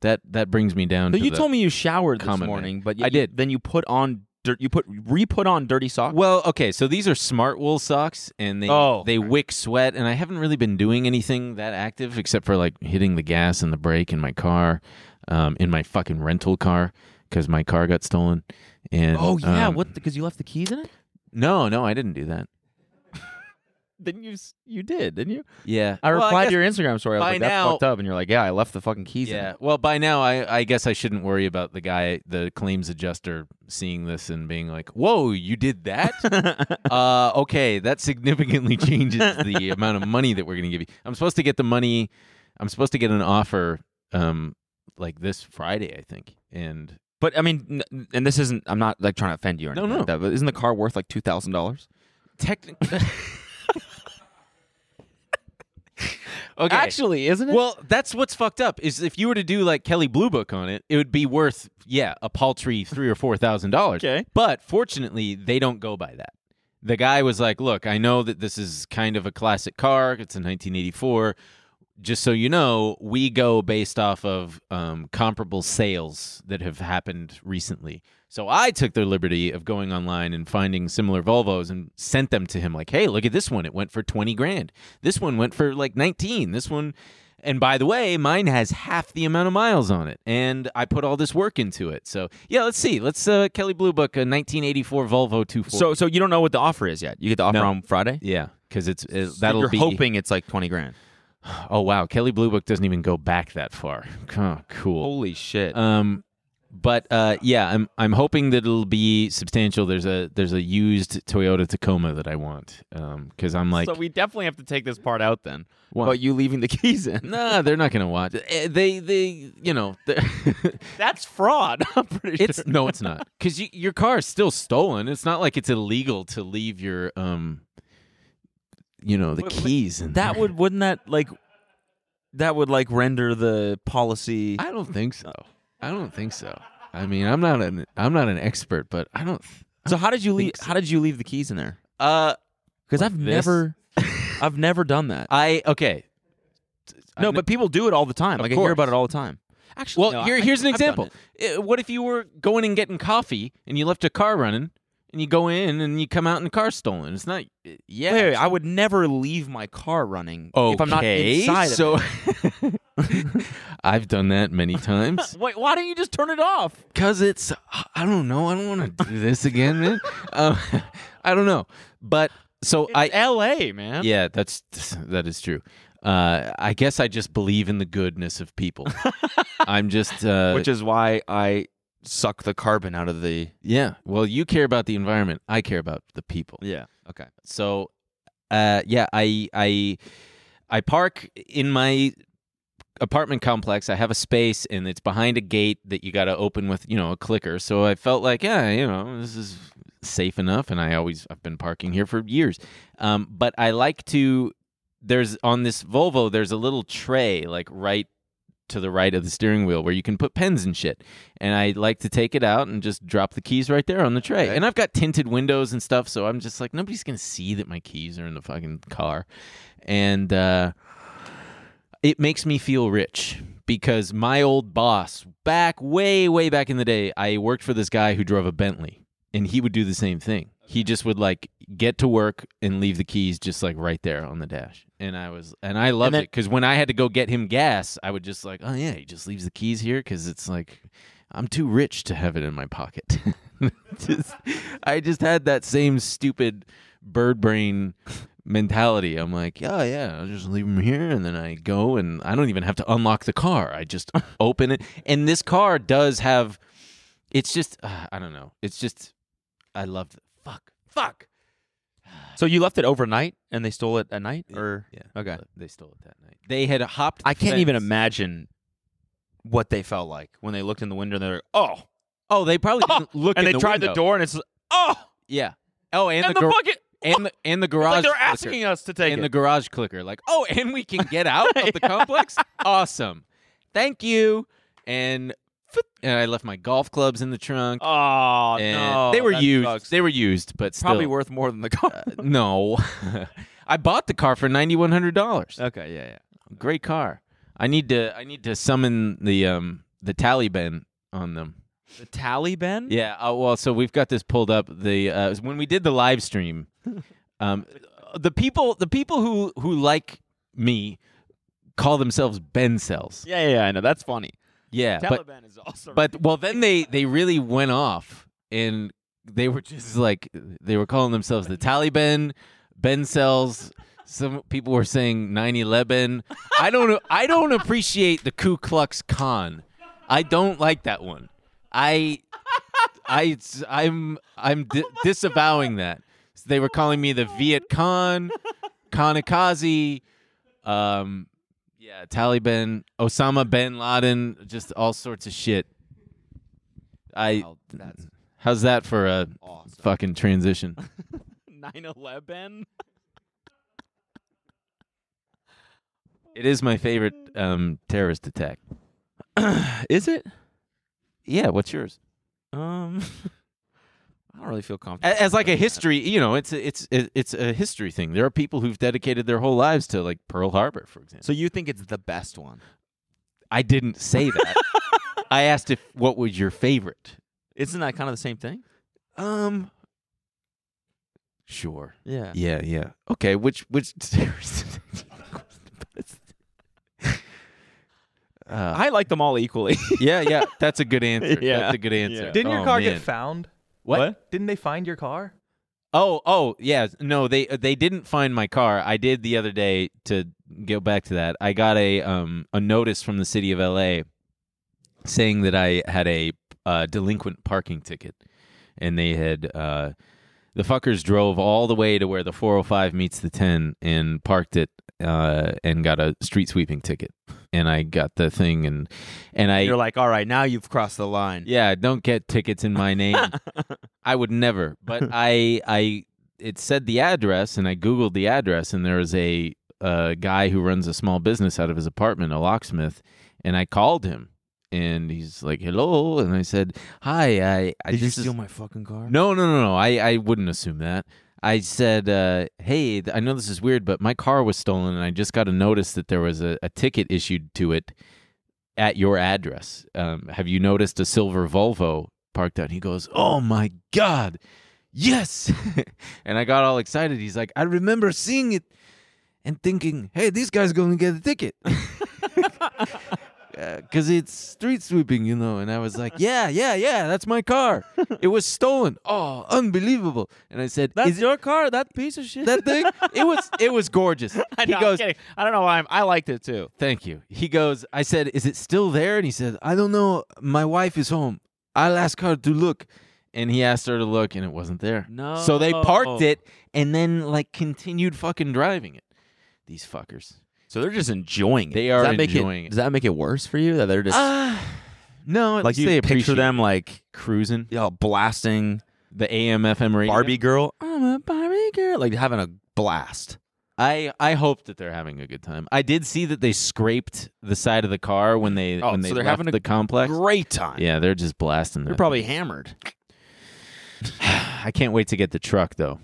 Speaker 1: that that brings me down.
Speaker 2: So
Speaker 1: to
Speaker 2: you
Speaker 1: the-
Speaker 2: told me you showered this
Speaker 1: common
Speaker 2: morning,
Speaker 1: man.
Speaker 2: but
Speaker 1: I
Speaker 2: you-
Speaker 1: did.
Speaker 2: Then you put on dirt. You put re-put on dirty socks.
Speaker 1: Well, okay, so these are smart wool socks, and they
Speaker 2: Oh.
Speaker 1: they wick sweat, and I haven't really been doing anything that active except for like hitting the gas and the brake in my car, um, in my fucking rental car because my car got stolen. And
Speaker 2: oh yeah,
Speaker 1: um,
Speaker 2: what? Because you left the keys in it.
Speaker 1: No, no, I didn't do that.
Speaker 2: Then you s- you did, didn't you?
Speaker 1: Yeah,
Speaker 2: I
Speaker 1: Well,
Speaker 2: replied
Speaker 1: guess-
Speaker 2: to your Instagram story. I was
Speaker 1: by
Speaker 2: like, "That's
Speaker 1: now-
Speaker 2: fucked up," and you're like, "Yeah, I left the fucking keys in."
Speaker 1: Yeah.
Speaker 2: it."
Speaker 1: Well, by now, I, I guess I shouldn't worry about the guy, the claims adjuster, seeing this and being like, "Whoa, you did that? uh, okay, that significantly changes the amount of money that we're going to give you. I'm supposed to get the money. I'm supposed to get an offer, um, like this Friday, I think. And
Speaker 2: But I mean, n- and this isn't. I'm not like trying to offend you or
Speaker 1: No,
Speaker 2: anything.
Speaker 1: no.
Speaker 2: Like that, but isn't the car worth like two thousand dollars?
Speaker 1: technically, okay,
Speaker 2: Actually, isn't it?
Speaker 1: Well, that's what's fucked up is if you were to do like Kelly Blue Book on it, it would be worth yeah a paltry three or four thousand dollars.
Speaker 2: Okay.
Speaker 1: but fortunately they don't go by that. The guy was like, "Look, I know that this is kind of a classic car. It's a 1984. just so you know, we go based off of um, comparable sales that have happened recently. So I took the liberty of going online and finding similar Volvos and sent them to him like, "Hey, look at this one. It went for 20 grand. This one went for like 19. This one and by the way, mine has half the amount of miles on it, and I put all this work into it. So yeah, let's see. Let's uh, Kelly Blue Book a 1984 Volvo 240.
Speaker 2: So so you don't know what the offer is yet. You get the offer
Speaker 1: No.
Speaker 2: on Friday.
Speaker 1: yeah, because it's it,
Speaker 2: So
Speaker 1: that'll
Speaker 2: you're
Speaker 1: be
Speaker 2: hoping it's like twenty grand.
Speaker 1: Oh wow, Kelly Blue Book doesn't even go back that far. Huh, cool.
Speaker 2: Holy shit!
Speaker 1: Um, but uh, yeah, I'm I'm hoping that it'll be substantial. There's a there's a used Toyota Tacoma that I want because I'm like,
Speaker 2: so we definitely have to take this part out then.
Speaker 1: What?
Speaker 2: About you leaving the keys in.
Speaker 1: nah, they're not gonna watch. Eh, They they you know. they're-
Speaker 2: That's fraud. I'm pretty
Speaker 1: It's no, it's not because you, your car is still stolen. It's not like it's illegal to leave your um, you know, the keys and
Speaker 2: that would wouldn't that like that would like render the policy.
Speaker 1: I don't think so. I don't think so. I mean, I'm not an I'm not an expert, but I don't.
Speaker 2: so how did you leave?
Speaker 1: think so.
Speaker 2: How did you leave the keys in there?
Speaker 1: Uh,
Speaker 2: Because
Speaker 1: Like
Speaker 2: I've
Speaker 1: this?
Speaker 2: never, I've never done that.
Speaker 1: I okay.
Speaker 2: no,
Speaker 1: I've
Speaker 2: but people do it all the time.
Speaker 1: Of
Speaker 2: Like I hear
Speaker 1: course.
Speaker 2: about it all the time. Actually,
Speaker 1: Well,
Speaker 2: no,
Speaker 1: here,
Speaker 2: I-
Speaker 1: here's an
Speaker 2: I've done
Speaker 1: example.
Speaker 2: it.
Speaker 1: Uh, What if you were going and getting coffee and you left your car running and you go in and you come out and the car's stolen? It's not. Yeah.
Speaker 2: Wait, wait, I would never leave my car running if I'm not
Speaker 1: Okay,
Speaker 2: inside. of
Speaker 1: so
Speaker 2: it.
Speaker 1: I've done that many times.
Speaker 2: Wait, why don't you just turn it off?
Speaker 1: Cause it's I don't know. I don't want to do this again, man. um, I don't know. But so I
Speaker 2: L.A. man.
Speaker 1: yeah, that's that is true. Uh, I guess I just believe in the goodness of people. I'm just uh,
Speaker 2: which is why I suck the carbon out of the.
Speaker 1: yeah. Well, you care about the environment. I care about the people.
Speaker 2: Yeah. Okay.
Speaker 1: So, uh, yeah, I I I park in my apartment complex. I have a space, and it's behind a gate that you got to open with, you know, a clicker. So I felt like, yeah, you know, this is safe enough, and I always I've been parking here for years. Um, but I like to there's on this Volvo there's a little tray like right to the right of the steering wheel where you can put pens and shit. And I like to take it out and just drop the keys right there on the tray.
Speaker 2: Okay.
Speaker 1: And I've got tinted windows and stuff, so I'm just like nobody's gonna see that my keys are in the fucking car. And uh, it makes me feel rich because my old boss back way way back in the day, I worked for this guy who drove a Bentley, and he would do the same thing. He just would like get to work and leave the keys just like right there on the dash. And I was and I loved
Speaker 2: then-
Speaker 1: it because when I had to go get him gas, I would just like, oh yeah, he just leaves the keys here because it's like I'm too rich to have it in my pocket. just, I just had that same stupid bird brain mentality. I'm like, yeah, yeah, I'll just leave them here, and then I go, and I don't even have to unlock the car. I just open it, and this car does have. It's just, uh, I don't know. It's just, I love. Fuck, fuck.
Speaker 2: So you left it overnight, and they stole it at night, or
Speaker 1: Yeah.
Speaker 2: okay.
Speaker 1: They stole it that night. Er, They had hopped.
Speaker 2: I
Speaker 1: the
Speaker 2: can't even
Speaker 1: fence.
Speaker 2: imagine what they felt like when they looked in the window and they're like, oh,
Speaker 1: Oh, they probably
Speaker 2: Oh,
Speaker 1: didn't look.
Speaker 2: and
Speaker 1: in
Speaker 2: they tried
Speaker 1: window.
Speaker 2: the door, and it's oh,
Speaker 1: Yeah. Oh, and,
Speaker 2: and, the,
Speaker 1: gar-
Speaker 2: bucket.
Speaker 1: and the and the garage.
Speaker 2: Like they're
Speaker 1: flicker.
Speaker 2: asking us to take
Speaker 1: and
Speaker 2: it.
Speaker 1: the garage clicker. Like, oh, and we can get out of the complex. Awesome, thank you. And and I left my golf clubs in the trunk.
Speaker 2: oh
Speaker 1: and
Speaker 2: no,
Speaker 1: they were
Speaker 2: that
Speaker 1: used.
Speaker 2: sucks.
Speaker 1: They were used, but still.
Speaker 2: probably worth more than the car.
Speaker 1: no, I bought the car for ninety one hundred dollars.
Speaker 2: okay, yeah, yeah.
Speaker 1: Great car. I need to. I need to summon the um the Taliban on them.
Speaker 2: The Taliban.
Speaker 1: Yeah. Uh, well, so we've got this pulled up. The uh, when we did the live stream, um, the people the people who who like me call themselves Ben cells.
Speaker 2: yeah, yeah, yeah. I know that's funny.
Speaker 1: Yeah, but
Speaker 2: Taliban is awesome.
Speaker 1: but well, then they they really went off and they were just like they were calling themselves the Taliban, Ben cells. Some people were saying 9/11. I don't I don't appreciate the Ku Klux Khan. I don't like that one. I I I'm I'm di- disavowing that. So they were calling me the Viet Con, Kamikaze, um, yeah, Taliban, Osama bin Laden, just all sorts of shit. I
Speaker 2: Oh, that's
Speaker 1: how's that for a
Speaker 2: awesome.
Speaker 1: fucking transition?
Speaker 2: 9/11.
Speaker 1: It is my favorite um, terrorist attack.
Speaker 2: Is it?
Speaker 1: Yeah, what's yours?
Speaker 2: Um, I don't really feel comfortable.
Speaker 1: A- as like a history you know it's a, it's it- it's a history thing there are people who've dedicated their whole lives to like pearl harbor for example
Speaker 2: So you think it's the best one?
Speaker 1: i didn't say that i asked if what was your favorite
Speaker 2: Isn't that kind of the same thing?
Speaker 1: um sure
Speaker 2: Yeah.
Speaker 1: yeah yeah okay which which series uh,
Speaker 2: I like them all equally.
Speaker 1: yeah yeah that's a good answer
Speaker 2: Yeah.
Speaker 1: that's a good answer
Speaker 2: Yeah.
Speaker 3: Didn't your
Speaker 1: Oh,
Speaker 3: car
Speaker 1: man.
Speaker 3: get found?
Speaker 1: what?
Speaker 3: Didn't they find your car?
Speaker 1: Oh, oh, yeah. No, they they didn't find my car. I did the other day to go back to that. I got a um a notice from the city of LA saying that I had a uh, delinquent parking ticket and they had uh the fuckers drove all the way to where the 405 meets the 10 and parked it uh and got a street sweeping ticket. And I got the thing and and I
Speaker 2: You're like, all right, now you've crossed the line.
Speaker 1: yeah, don't get tickets in my name. I would never, but I I it said the address and I googled the address and there was a a guy who runs a small business out of his apartment, a locksmith, and I called him and he's like, "Hello," and I said, "Hi, I I
Speaker 2: Did you
Speaker 1: this is-
Speaker 2: steal my fucking car?
Speaker 1: no, no, no, no. I, I wouldn't assume that. I said, uh, hey, th- I know this is weird, but my car was stolen, and I just got a notice that there was a, a ticket issued to it at your address. Um, have you noticed a silver Volvo parked out? He goes, oh my God, yes. and I got all excited. He's like, I remember seeing it and thinking, hey, this guy's going to get a ticket. Because it's street sweeping, you know. And I was like, yeah, yeah, yeah, that's my car. It was stolen. Oh, unbelievable. And I said,
Speaker 2: That's
Speaker 1: is it
Speaker 2: your car, that piece of shit.
Speaker 1: that thing? It was it was gorgeous.
Speaker 2: I
Speaker 1: he
Speaker 2: know, I'm
Speaker 1: goes,
Speaker 2: kidding. I don't know why I'm, I liked it too.
Speaker 1: thank you. He goes, I said, is it still there? And he said, I don't know. My wife is home. I'll ask her to look. And he asked her to look, and it wasn't there.
Speaker 2: No.
Speaker 1: So they parked it and then like continued fucking driving it. These fuckers.
Speaker 2: So they're just enjoying it.
Speaker 1: They
Speaker 2: Does
Speaker 1: are
Speaker 2: that make
Speaker 1: enjoying it.
Speaker 2: Does that make it worse for you that they're just
Speaker 1: Ah, no, at
Speaker 2: like
Speaker 1: least they
Speaker 2: you picture
Speaker 1: appreciate
Speaker 2: them like
Speaker 1: cruising
Speaker 2: you know, blasting
Speaker 1: the AM FM radio.
Speaker 2: Barbie girl? I'm a Barbie girl, like having a blast.
Speaker 1: I I hope that they're having a good time. I did see that they scraped the side of the car when they
Speaker 2: Oh,
Speaker 1: when they
Speaker 2: so they're
Speaker 1: left
Speaker 2: having a
Speaker 1: the complex.
Speaker 2: Great time.
Speaker 1: yeah, they're just blasting.
Speaker 2: They're
Speaker 1: that.
Speaker 2: probably hammered.
Speaker 1: I can't wait to get the truck though.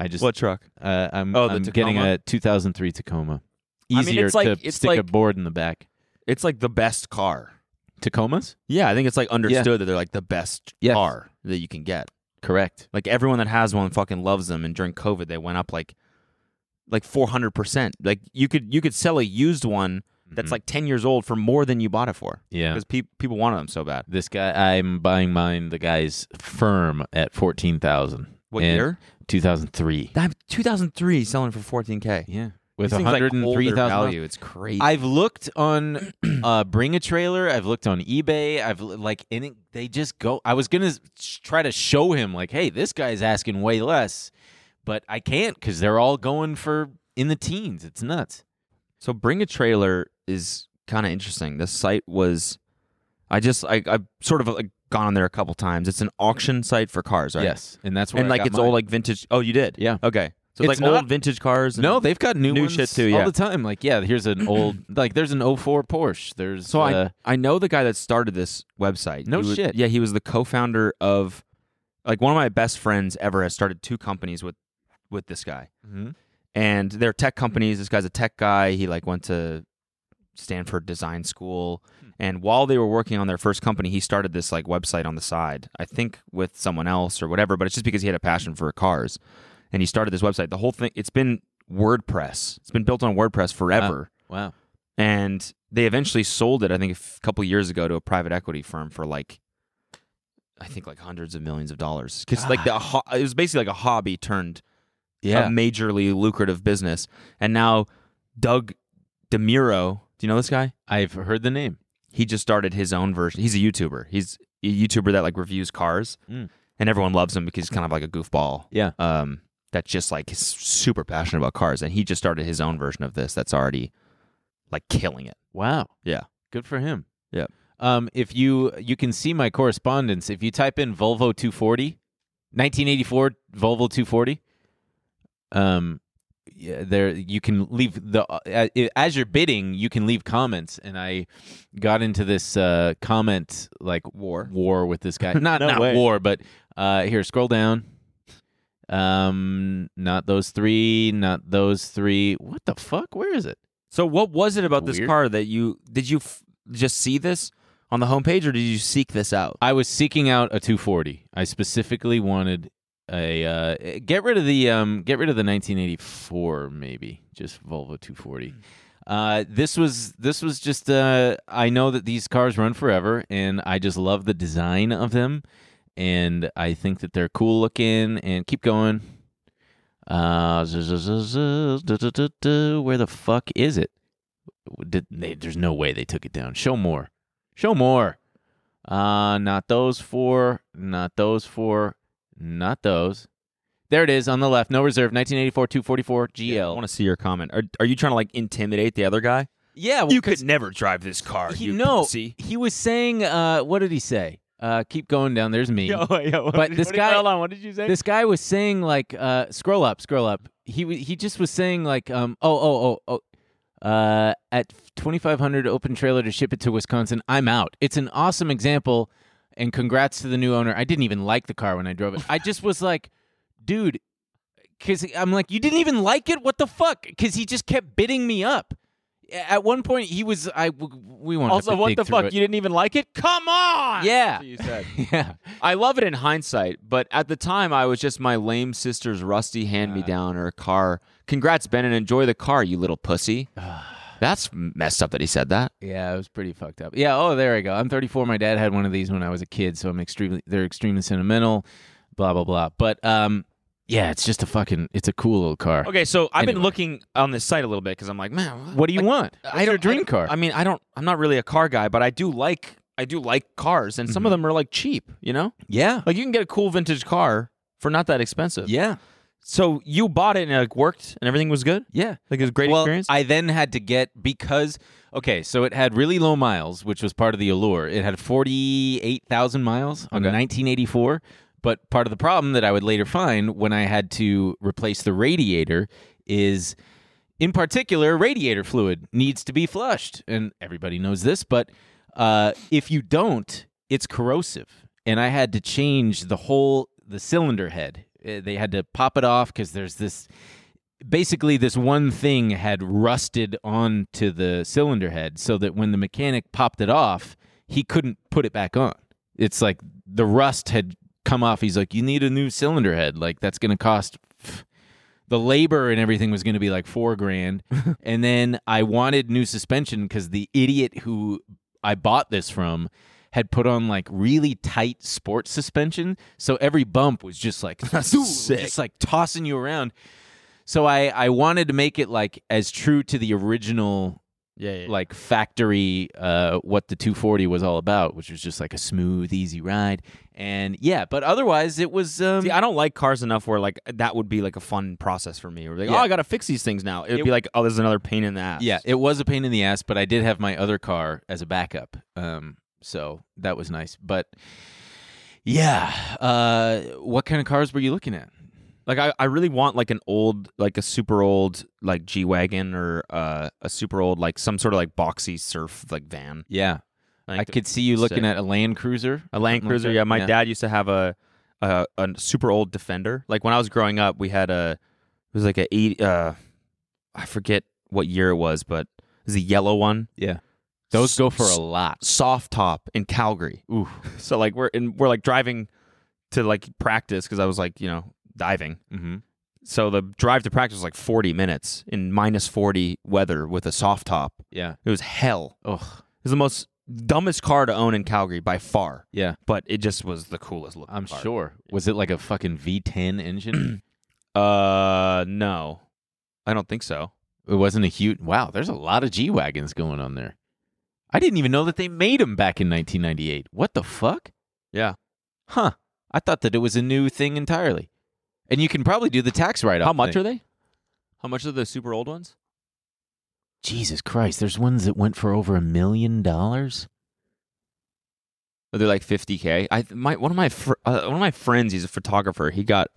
Speaker 1: I just
Speaker 2: truck?
Speaker 1: Uh, I'm,
Speaker 2: Oh, the
Speaker 1: I'm getting
Speaker 2: Tacoma?
Speaker 1: a 2003 Tacoma.
Speaker 2: mean,
Speaker 1: Easier
Speaker 2: it's like-
Speaker 1: to
Speaker 2: it's
Speaker 1: stick a
Speaker 2: like-
Speaker 1: board in the back.
Speaker 2: It's like the best car.
Speaker 1: Tacomas?
Speaker 2: Yeah, I think it's like understood that they're like the best
Speaker 1: Yes.
Speaker 2: car that you can get.
Speaker 1: Correct.
Speaker 2: Like everyone that has one fucking loves them. And during COVID, they went up like like four hundred percent. Like you could you could sell a used one that's
Speaker 1: Mhm.
Speaker 2: like ten years old for more than you bought it for
Speaker 1: Yeah.
Speaker 2: because peop people wanted them so bad.
Speaker 1: This guy, I'm buying mine. The guy's firm at 14,000.
Speaker 2: What
Speaker 1: And
Speaker 2: year?
Speaker 1: 2003.
Speaker 2: That 2003 selling for 14k.
Speaker 1: Yeah. With
Speaker 2: These things, like, hold their
Speaker 1: 103,000
Speaker 2: value. It's crazy.
Speaker 1: I've looked on uh, Bring a Trailer. I've looked on eBay. I've l- like, and it, they just go. I was gonna sh- try to show him like, hey, this guy's asking way less, but I can't because they're all going for in the teens. It's nuts.
Speaker 2: So bring a trailer is kind of interesting. This site was, I just I I've sort of like gone on there a couple times. It's an auction site for cars, right?
Speaker 1: Yes, and that's where
Speaker 2: and
Speaker 1: I
Speaker 2: like
Speaker 1: got
Speaker 2: it's
Speaker 1: mine.
Speaker 2: all like vintage. Oh, you did?
Speaker 1: Yeah.
Speaker 2: Okay. So it's,
Speaker 1: It's
Speaker 2: like
Speaker 1: not-
Speaker 2: old vintage cars. and-
Speaker 1: No, they've got new,
Speaker 2: New
Speaker 1: ones
Speaker 2: shit too,
Speaker 1: all
Speaker 2: yeah.
Speaker 1: the time. Like, yeah, here's an old like there's an 04 Porsche. There's
Speaker 2: So
Speaker 1: uh,
Speaker 2: I I know the guy that started this website.
Speaker 1: No
Speaker 2: He was-
Speaker 1: shit.
Speaker 2: Yeah, he was the co-founder of, like one of my best friends ever has started two companies with, with this guy.
Speaker 1: Mhm.
Speaker 2: and they're tech companies. This guy's a tech guy. He like went to Stanford Design School, and while they were working on their first company, he started this like website on the side. I think with someone else or whatever, but it's just because he had a passion for cars, and he started this website. The whole thing it's been WordPress. It's been built on WordPress forever,
Speaker 1: wow.
Speaker 2: and they eventually sold it. I think a f- couple years ago to a private equity firm for like. I think like hundreds of millions of dollars because like the ho- it was basically like a hobby turned a
Speaker 1: Yeah.
Speaker 2: majorly lucrative business. And now Doug DeMuro, do you know this guy?
Speaker 1: I've heard the name.
Speaker 2: He just started his own version. He's a YouTuber. He's a YouTuber that like reviews cars
Speaker 1: Mm.
Speaker 2: and everyone loves him because he's kind of like a goofball.
Speaker 1: Yeah.
Speaker 2: Um that's just like is super passionate about cars and he just started his own version of this that's already like killing it.
Speaker 1: Wow.
Speaker 2: Yeah.
Speaker 1: Good for him.
Speaker 2: Yeah.
Speaker 1: Um, if you you can see my correspondence, if you type in Volvo 240, 1984 Volvo 240, um, yeah, there you can leave the uh, as you're bidding you can leave comments and i got into this uh comment like
Speaker 2: War.
Speaker 1: war with this guy not
Speaker 2: No
Speaker 1: not
Speaker 2: way.
Speaker 1: war but uh here scroll down um not those three not those three what the fuck where is it
Speaker 2: So what was it about this
Speaker 1: Weird.
Speaker 2: car that you did you f- just see this on the homepage or did you seek this out?
Speaker 1: i was seeking out a 240 i specifically wanted a uh get rid of the um get rid of the 1984 maybe just volvo 240 Uh, this was this was just uh, I know that these cars run forever, and I just love the design of them, and I think that they're cool looking. And keep going. Uh, zzz, zzz, zzz, zzz, duh, duh, duh, duh. where the fuck is it? Did they, there's no way they took it down. Show more. Show more. Uh, not those four. Not those four. Not those. There it is on the left. No reserve. 1984 244 GL.
Speaker 2: I want to see your comment. Are, are you trying to like intimidate the other guy?
Speaker 1: yeah, well,
Speaker 2: You
Speaker 1: 'cause-
Speaker 2: could never drive this car.
Speaker 1: he,
Speaker 2: you
Speaker 1: no,
Speaker 2: pussy.
Speaker 1: he was saying, uh, what did he say? Uh, keep going down. There's me. But this guy, hold on, what did you say? This guy was saying like, uh, scroll up, scroll up. He w- he just was saying like, um, oh oh oh oh, uh, at 2500 open trailer to ship it to Wisconsin. I'm out. It's an awesome example, and congrats to the new owner. I didn't even like the car when I drove it. I just was like, dude, because I'm like, you didn't even like it. What the fuck? Because he just kept bidding me up. At one point, he was I. w- We want
Speaker 2: Also, what the fuck? You didn't even like it? Come on!
Speaker 1: Yeah.
Speaker 2: You said.
Speaker 1: yeah.
Speaker 2: I love it in hindsight, but at the time I was just my lame sister's rusty hand me down or a car. Congrats, Ben, and enjoy the car, you little pussy. That's messed up that he said that.
Speaker 1: Yeah, it was pretty fucked up. Yeah. Oh, there I go. I'm 34. My dad had one of these when I was a kid, so I'm extremely. They're extremely sentimental. Blah blah blah. But um, yeah, it's just a fucking. It's a cool little car.
Speaker 2: Okay, so I've been
Speaker 1: Anyway.
Speaker 2: looking on this site a little bit because I'm like, man,
Speaker 1: What do you
Speaker 2: like,
Speaker 1: want? What's your dream car?
Speaker 2: I mean, I don't. I'm not really a car guy, but I do like. I do like cars, and some of them are like cheap. You know,
Speaker 1: Mm-hmm. yeah.
Speaker 2: like you can get a cool vintage car for not that expensive.
Speaker 1: Yeah.
Speaker 2: So you bought it and it like, worked, and everything was good.
Speaker 1: Yeah.
Speaker 2: Like it was a great
Speaker 1: well,
Speaker 2: experience.
Speaker 1: I then had to get because okay, so it had really low miles, which was part of the allure. It had forty eight thousand miles on a
Speaker 2: Okay.
Speaker 1: nineteen eighty four. But part of the problem that I would later find when I had to replace the radiator is in particular, radiator fluid needs to be flushed. And everybody knows this, but uh, if you don't, it's corrosive. And I had to change the whole the cylinder head. Uh, They had to pop it off because there's this basically this one thing had rusted onto the cylinder head so that when the mechanic popped it off, he couldn't put it back on. It's like the rust had come off. He's like, you need a new cylinder head. Like that's going to cost the labor and everything was going to be like four grand. and then I wanted new suspension because the idiot who I bought this from had put on like really tight sports suspension. So every bump was just like,
Speaker 2: sick.
Speaker 1: just like tossing you around. So I, I wanted to make it like as true to the original
Speaker 2: yeah, yeah,
Speaker 1: like factory uh, what the 240 was all about, which was just like a smooth, easy ride. And yeah, but otherwise it was um,
Speaker 2: See, I don't like cars enough where like that would be like a fun process for me. Where like,
Speaker 1: Yeah.
Speaker 2: oh, I gotta fix these things now. It'd
Speaker 1: It-
Speaker 2: be like, oh, there's another pain in the ass.
Speaker 1: Yeah, it was a pain in the ass, but I did have my other car as a backup. Um, so that was nice. But yeah, uh, what kind of cars were you looking at?
Speaker 2: Like I, I really want like an old, like a super old like G wagon or uh, a super old like some sort of like boxy surf like van.
Speaker 1: Yeah, I
Speaker 2: Like
Speaker 1: could see you looking
Speaker 2: sick.
Speaker 1: at a Land Cruiser.
Speaker 2: a Land
Speaker 1: Something like
Speaker 2: Cruiser.
Speaker 1: that.
Speaker 2: yeah, my
Speaker 1: Yeah.
Speaker 2: dad used to have a, a a super old Defender. Like when I was growing up, we had a it was like a eight. Uh, I forget what year it was, but it was a yellow one,
Speaker 1: Yeah, those go for a
Speaker 2: S-
Speaker 1: lot.
Speaker 2: soft top in Calgary.
Speaker 1: Ooh,
Speaker 2: So like we're in we're like driving to like practice because I was like you know diving.
Speaker 1: mm-hmm.
Speaker 2: So the drive to practice was like 40 minutes in minus 40 weather with a soft top.
Speaker 1: yeah.
Speaker 2: It was hell.
Speaker 1: Oh,
Speaker 2: It was the most dumbest car to own in Calgary by far,
Speaker 1: yeah.
Speaker 2: but it just was the coolest looking.
Speaker 1: I'm
Speaker 2: car.
Speaker 1: sure. Was it like a fucking V10 engine?
Speaker 2: Uh, no, I don't think so.
Speaker 1: it wasn't a huge. Wow, there's a lot of G wagons going on there. I didn't even know that they made them back in 1998. What the fuck?
Speaker 2: Yeah.
Speaker 1: Huh. I thought that it was a new thing entirely. And you can probably do the tax write off.
Speaker 2: How much are they? How much are the super old ones?
Speaker 1: Jesus Christ, there's ones that went for over a million dollars.
Speaker 2: They're like 50k. I my one of my fr- uh, one of my friends, he's a photographer. He got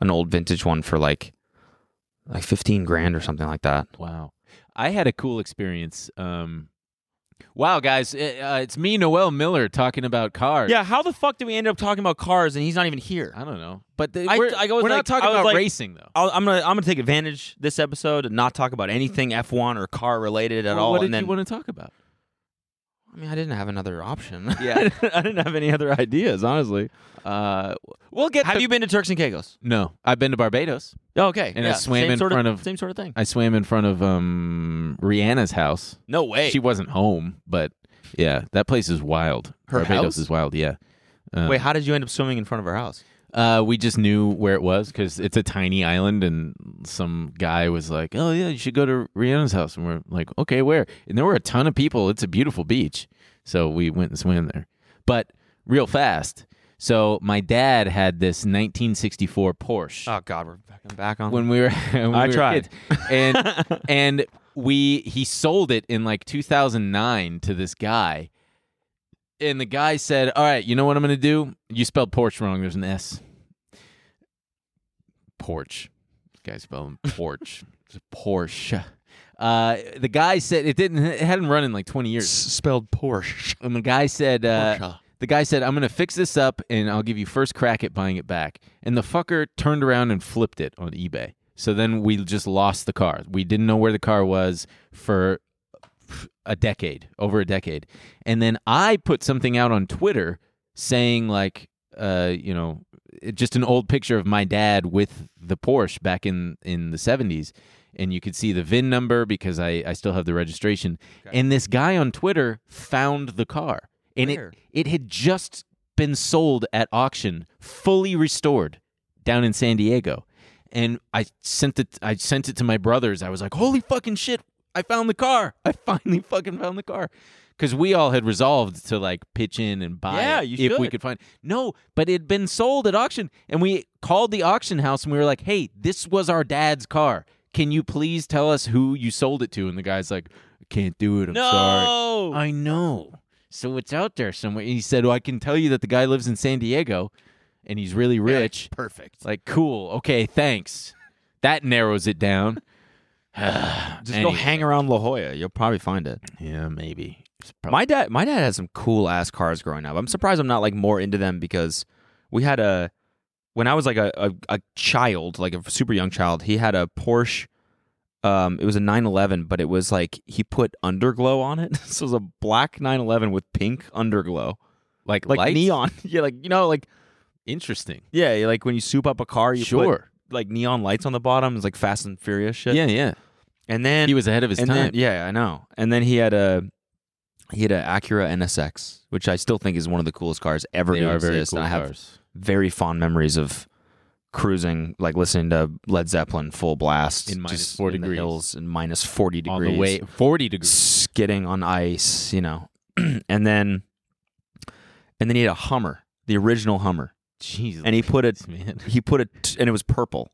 Speaker 2: an old vintage one for like like 15 grand or something like that.
Speaker 1: Wow. I had a cool experience. Um, wow, guys, it, uh, it's me, Noel Miller, talking about cars.
Speaker 2: Yeah, how the fuck did we end up talking about cars and he's not even here?
Speaker 1: I don't know. But the,
Speaker 2: I-
Speaker 1: we're,
Speaker 2: I was
Speaker 1: we're
Speaker 2: like-
Speaker 1: not
Speaker 2: I
Speaker 1: talking
Speaker 2: was
Speaker 1: about
Speaker 2: like-
Speaker 1: racing, though.
Speaker 2: I'll, I'm gonna I'm gonna take advantage this episode and not talk about anything F1 or car related at
Speaker 1: Well,
Speaker 2: all.
Speaker 1: What did
Speaker 2: and then
Speaker 1: you want to talk about?
Speaker 2: I mean, I didn't have another option.
Speaker 1: Yeah.
Speaker 2: I didn't have any other ideas, honestly.
Speaker 1: Uh, we'll get.
Speaker 2: Have
Speaker 1: the-
Speaker 2: you been to Turks and Caicos?
Speaker 1: No, I've been to Barbados.
Speaker 2: Oh, okay,
Speaker 1: And I
Speaker 2: yeah,
Speaker 1: swam
Speaker 2: same
Speaker 1: in
Speaker 2: sort
Speaker 1: front of-
Speaker 2: same sort of thing.
Speaker 1: I swam in front of um, Rihanna's house.
Speaker 2: No way.
Speaker 1: She wasn't home, but yeah, that place is wild.
Speaker 2: Her
Speaker 1: Barbados
Speaker 2: house?
Speaker 1: is wild. Yeah. Uh,
Speaker 2: Wait, how did you end up swimming in front of her house?
Speaker 1: Uh, we just knew where it was because it's a tiny island, and some guy was like, "Oh yeah, you should go to Rihanna's house." And we're like, "Okay, where?" And there were a ton of people. It's a beautiful beach, so we went and swam there, but real fast. So my dad had this 1964 Porsche
Speaker 2: Oh God, we're back, I'm back on.
Speaker 1: when we were when
Speaker 2: I
Speaker 1: we were
Speaker 2: tried.
Speaker 1: kids. and and we he sold it in like 2009 to this guy and the guy said all right you know what i'm gonna do you spelled porch wrong there's an s porch this guy spelled porch it's a porsche uh, the guy said it didn't it hadn't run in like 20 years
Speaker 2: spelled Porsche.
Speaker 1: and the guy said uh,
Speaker 2: Porsche.
Speaker 1: the guy said i'm gonna fix this up and i'll give you first crack at buying it back and the fucker turned around and flipped it on ebay so then we just lost the car we didn't know where the car was for a decade over a decade and then i put something out on twitter saying like uh, you know it- just an old picture of my dad with the porsche back in in the 70s and you could see the vin number because i i still have the registration and this guy on twitter found the car and
Speaker 2: Where?
Speaker 1: it it had just been sold at auction fully restored down in san diego and i sent it i sent it to my brothers i was like holy fucking shit i found the car i finally fucking found the car because we all had resolved to like pitch in and buy
Speaker 2: Yeah,
Speaker 1: it
Speaker 2: you
Speaker 1: if we
Speaker 2: should.
Speaker 1: could find no but it had been sold at auction and we called the auction house and we were like hey this was our dad's car can you please tell us who you sold it to and the guy's like i can't do it i'm sorry
Speaker 2: No.
Speaker 1: i know so it's out there somewhere and he said well i can tell you that the guy lives in san diego and he's really rich
Speaker 2: Perfect.
Speaker 1: it's like, cool, okay, thanks. That narrows it down.
Speaker 2: Just go hang around La Jolla. You'll probably find it.
Speaker 1: Yeah, maybe. It's prob-
Speaker 2: My dad, my dad had some cool ass cars growing up. I'm surprised I'm not like more into them because we had a when I was like a, a, a child, like a super young child. He had a Porsche. Um, it was a 911, but it was like he put underglow on it. so it was a black 911 with pink underglow,
Speaker 1: like
Speaker 2: like
Speaker 1: lights?
Speaker 2: neon. yeah, like you know, like
Speaker 1: Interesting.
Speaker 2: yeah, like when you soup up a car, you put
Speaker 1: Sure.
Speaker 2: like neon lights on the bottom. It's like Fast and Furious shit.
Speaker 1: yeah, yeah.
Speaker 2: and then
Speaker 1: He was ahead of his
Speaker 2: and
Speaker 1: time.
Speaker 2: Then, yeah, I know. And then he had a he had an Acura NSX, which I still think is one of the coolest cars ever
Speaker 1: They
Speaker 2: to
Speaker 1: are very
Speaker 2: exist.
Speaker 1: cool
Speaker 2: and I have
Speaker 1: cars.
Speaker 2: very fond memories of cruising, like listening to Led Zeppelin full blast
Speaker 1: In minus
Speaker 2: just
Speaker 1: four
Speaker 2: in the
Speaker 1: degrees.
Speaker 2: hills in minus forty degrees
Speaker 1: On the way, 40 degrees.
Speaker 2: skidding on ice, you know. and then and then he had a Hummer, the original Hummer.
Speaker 1: Jesus.
Speaker 2: And he put a
Speaker 1: man.
Speaker 2: he put a t- and it was purple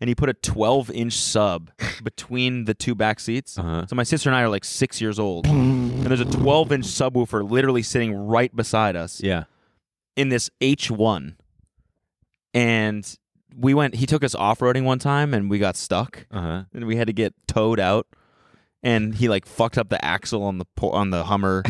Speaker 2: and he put a 12 inch sub between the two back seats
Speaker 1: Uh-huh.
Speaker 2: so my sister and i are like six years old and there's a 12 inch subwoofer literally sitting right beside us
Speaker 1: Yeah.
Speaker 2: in this h1 and we went he took us off-roading one time and we got stuck
Speaker 1: Uh huh.
Speaker 2: and we had to get towed out and he like fucked up the axle on the po- on the hummer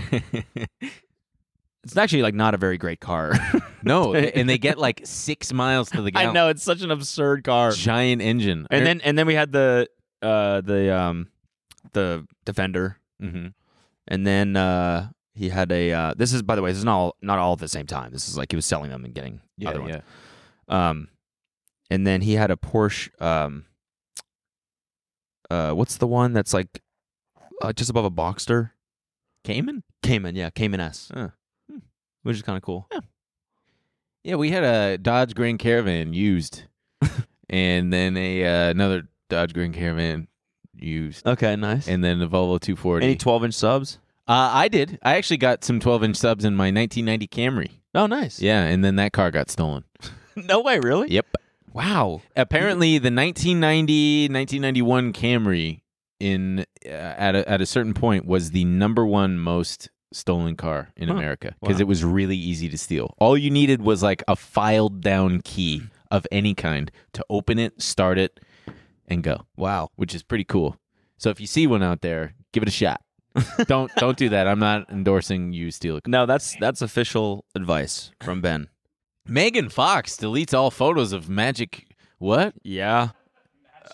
Speaker 2: it's actually like not a very great car
Speaker 1: No, and they get like six miles to the gallon.
Speaker 2: i know it's such an absurd car
Speaker 1: Giant engine.
Speaker 2: and then and then we had the uh the um the defender Mm-hmm.
Speaker 1: hmm
Speaker 2: and then uh he had a uh this is by the way this is not all not all at the same time this is like he was selling them and getting
Speaker 1: Yeah,
Speaker 2: other ones
Speaker 1: yeah.
Speaker 2: um and then he had a porsche um uh what's the one that's like uh, just above a boxster
Speaker 1: Cayman?
Speaker 2: cayman yeah cayman s
Speaker 1: Huh. Hmm.
Speaker 2: which is kind of cool
Speaker 1: Yeah, we had a Dodge Grand Caravan used, and then a uh, another Dodge Grand Caravan used,
Speaker 2: okay nice and
Speaker 1: and then a Volvo 240.
Speaker 2: any 12 inch subs
Speaker 1: Uh, I did. I actually got some 12 inch subs in my 1990 Camry.
Speaker 2: oh nice
Speaker 1: Yeah, and then that car got stolen.
Speaker 2: no way really
Speaker 1: Yep.
Speaker 2: wow
Speaker 1: Apparently, the 1990 1991 Camry in uh, at a, at a certain point was the number one most stolen car in
Speaker 2: Huh.
Speaker 1: America because
Speaker 2: Wow.
Speaker 1: it was really easy to steal. All you needed was like a filed down key of any kind to open it, start it, and go,
Speaker 2: Wow.
Speaker 1: which is pretty cool. So if you see one out there, give it a shot. don't don't do that. I'm not endorsing you steal a
Speaker 2: No, that's that's official advice from Ben.
Speaker 1: Megan Fox deletes all photos of magic. What?
Speaker 2: Yeah.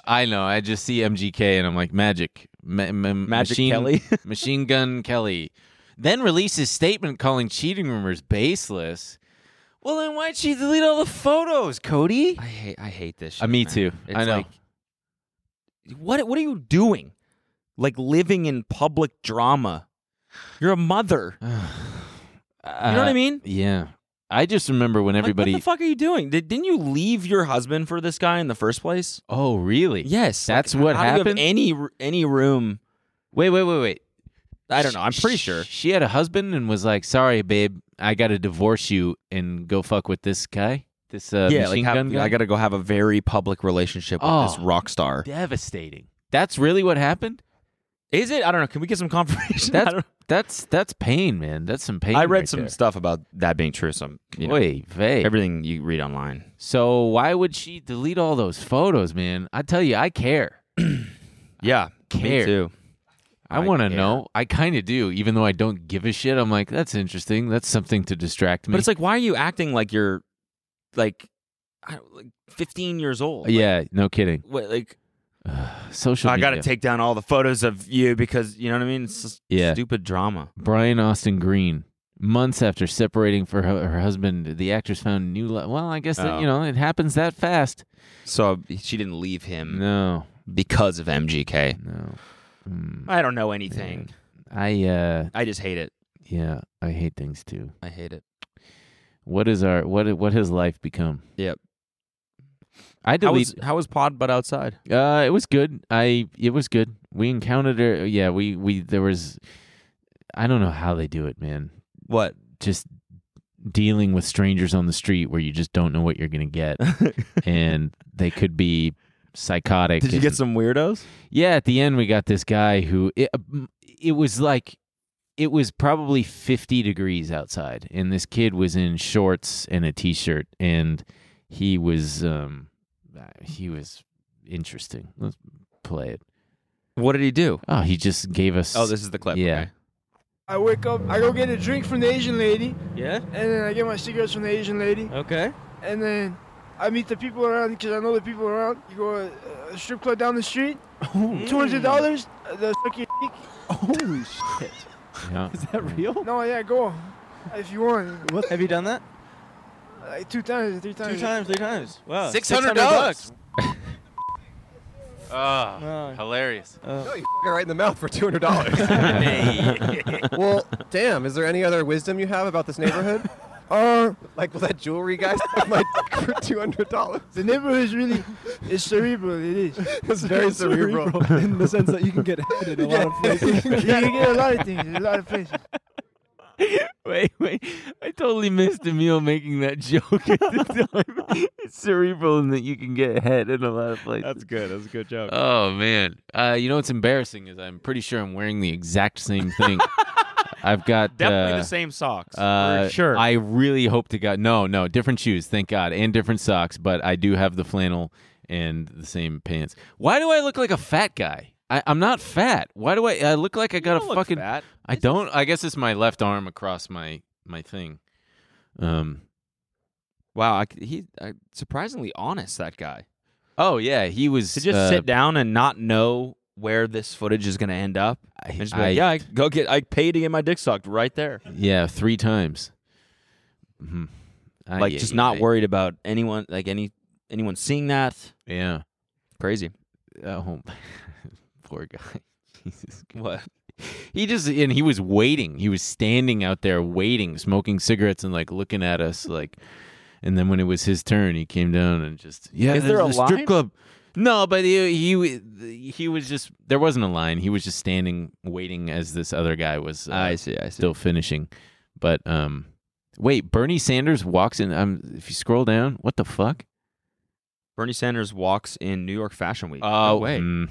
Speaker 1: I know. I just see MGK and I'm like, magic. Ma- ma-
Speaker 2: Magic
Speaker 1: machine,
Speaker 2: Kelly.
Speaker 1: Machine Gun Kelly. Then releases statement calling cheating rumors baseless. Well, then why'd she delete all the photos, Cody?
Speaker 2: I hate I hate this shit.
Speaker 1: Uh, me
Speaker 2: man.
Speaker 1: too.
Speaker 2: It's
Speaker 1: I know.
Speaker 2: like what what are you doing? Like living in public drama. You're a mother.
Speaker 1: you know
Speaker 2: You know what I mean?
Speaker 1: Yeah. I just remember when Uh,
Speaker 2: Like,
Speaker 1: everybody.
Speaker 2: what the fuck are you doing? Did, didn't you leave your husband for this guy in the first place?
Speaker 1: oh, really?
Speaker 2: Yes, like,
Speaker 1: That's what
Speaker 2: how do you have
Speaker 1: happened?
Speaker 2: any r- any room?
Speaker 1: Wait, wait, wait, wait.
Speaker 2: I don't know. I'm pretty
Speaker 1: Sh-
Speaker 2: sure.
Speaker 1: She had a husband and was like, sorry, babe, I got to divorce you and go fuck with this guy. This uh,
Speaker 2: yeah,
Speaker 1: machine
Speaker 2: like have-
Speaker 1: gun guy.
Speaker 2: I got to go have a very public relationship with this
Speaker 1: Oh.
Speaker 2: rock star.
Speaker 1: Devastating. That's really what happened?
Speaker 2: Is it? I don't know. Can we get some confirmation? I,
Speaker 1: That's
Speaker 2: don't-
Speaker 1: that's that's pain, man. That's some pain.
Speaker 2: I read
Speaker 1: right
Speaker 2: some
Speaker 1: there.
Speaker 2: stuff about that being true. Some you know,
Speaker 1: Oy vey.
Speaker 2: everything you read online.
Speaker 1: so why would she delete all those photos, man? I tell you, I care.
Speaker 2: Yeah, me
Speaker 1: care.
Speaker 2: too.
Speaker 1: I,
Speaker 2: I
Speaker 1: want to
Speaker 2: care.
Speaker 1: know. I kind of do, even though I don't give a shit. I'm like, that's interesting. That's something to distract me.
Speaker 2: But it's like, why are you acting like you're like, I, don't- like 15 years old? Like,
Speaker 1: yeah, no kidding.
Speaker 2: what, like
Speaker 1: Social.
Speaker 2: I got to
Speaker 1: media.
Speaker 2: take down all the photos of you because you know what I mean. It's just
Speaker 1: Yeah.
Speaker 2: stupid drama.
Speaker 1: Brian Austin Green. Months after separating for her, her husband, the actress found new love. Well, I guess that,
Speaker 2: Oh.
Speaker 1: you know it happens that fast.
Speaker 2: So she didn't leave him
Speaker 1: No,
Speaker 2: because of MGK.
Speaker 1: no. Mm.
Speaker 2: I don't know anything.
Speaker 1: I uh,
Speaker 2: I just hate it.
Speaker 1: yeah, I hate things too.
Speaker 2: I hate it.
Speaker 1: What is our what? What has life become?
Speaker 2: Yep.
Speaker 1: I
Speaker 2: How
Speaker 1: delete.
Speaker 2: was, how was Pod But Outside?
Speaker 1: uh, it was good. I it was good. We encountered her. Yeah, we we there was. I don't know how they do it, man.
Speaker 2: What?
Speaker 1: Just dealing with strangers on the street where you just don't know what you're gonna get, and they could be psychotic.
Speaker 2: Did you get
Speaker 1: and-
Speaker 2: some weirdos?
Speaker 1: Yeah, at the end we got this guy who it, um, it was like it was probably 50 degrees outside and this kid was in shorts and a t-shirt and he was um uh, he was interesting. Let's play it.
Speaker 2: What did he do?
Speaker 1: Oh, he just gave us
Speaker 2: Oh, this is the clip.
Speaker 1: Yeah.
Speaker 2: Okay.
Speaker 9: I wake up, I go get a drink from the Asian lady,
Speaker 10: Yeah.
Speaker 9: and then I get my cigarettes from the Asian lady,
Speaker 10: Okay.
Speaker 9: and then I meet the people around because I know the people around. You go uh, a strip club down the street, two hundred dollars.
Speaker 10: Mm.
Speaker 9: The suck your dick.
Speaker 10: Holy shit.
Speaker 1: yeah.
Speaker 10: Is that real?
Speaker 9: No, yeah, go if you want.
Speaker 10: What? Have you done that?
Speaker 9: Like two times, three times.
Speaker 10: Two times, three times. Wow.
Speaker 4: $600.
Speaker 10: bucks.
Speaker 4: Oh,
Speaker 10: Oh,
Speaker 4: hilarious.
Speaker 10: oh.
Speaker 11: you f***ing right in the mouth for two hundred dollars. well, damn. Is there any other wisdom you have about this neighborhood?
Speaker 9: Uh,
Speaker 11: Like, will that jewelry guy suck my dick for two hundred dollars?
Speaker 9: the neighborhood is really, it's cerebral. It is.
Speaker 11: It's very cerebral.
Speaker 10: in the sense that you can get hit in a lot of places.
Speaker 9: You get a lot of things, a lot of places.
Speaker 1: Wait, wait. I totally missed Emil making that joke at the time. it's cerebral in that you can get head in a lot of places.
Speaker 11: good. That's a good joke.
Speaker 1: Oh man, uh, you know what's embarrassing is I'm pretty sure I'm wearing the exact same thing. I've got
Speaker 2: Definitely
Speaker 1: uh,
Speaker 2: the same socks.
Speaker 1: Uh,
Speaker 2: for sure.
Speaker 1: I really hope to God. No, no, different shoes, thank God, and different socks. But I do have the flannel and the same pants. Why do I look like a fat guy? I, I'm not fat. Why do I? I look like I got a fucking.
Speaker 2: fat.
Speaker 1: I don't. I guess it's my left arm across my my thing. Um.
Speaker 2: Wow. I, he I, surprisingly honest. That guy.
Speaker 1: Oh yeah, he was
Speaker 2: To just
Speaker 1: uh,
Speaker 2: sit down and not know where this footage is going to end up.
Speaker 1: I-
Speaker 2: And just be like,
Speaker 1: I-
Speaker 2: yeah, I go get. I paid to get my dick sucked right there.
Speaker 1: yeah, three times. Mhm. I-
Speaker 2: like just not
Speaker 1: I-
Speaker 2: worried about anyone like any anyone seeing that
Speaker 1: Yeah.
Speaker 2: crazy
Speaker 1: Oh, poor guy. Jesus. What? He just and he was waiting. He was standing out there waiting, smoking cigarettes and like looking at us like. And then when it was his turn, he came down and just yeah.
Speaker 2: Is there
Speaker 1: there's
Speaker 2: a line?
Speaker 1: strip club? No, but he, he he was just there wasn't a line. He was just standing waiting as this other guy was uh,
Speaker 2: see i see
Speaker 1: still finishing. But um, wait, Bernie Sanders walks in. Um, if you scroll down, what the fuck?
Speaker 2: bernie sanders walks in new york fashion week
Speaker 1: Oh,
Speaker 2: No way
Speaker 1: mm.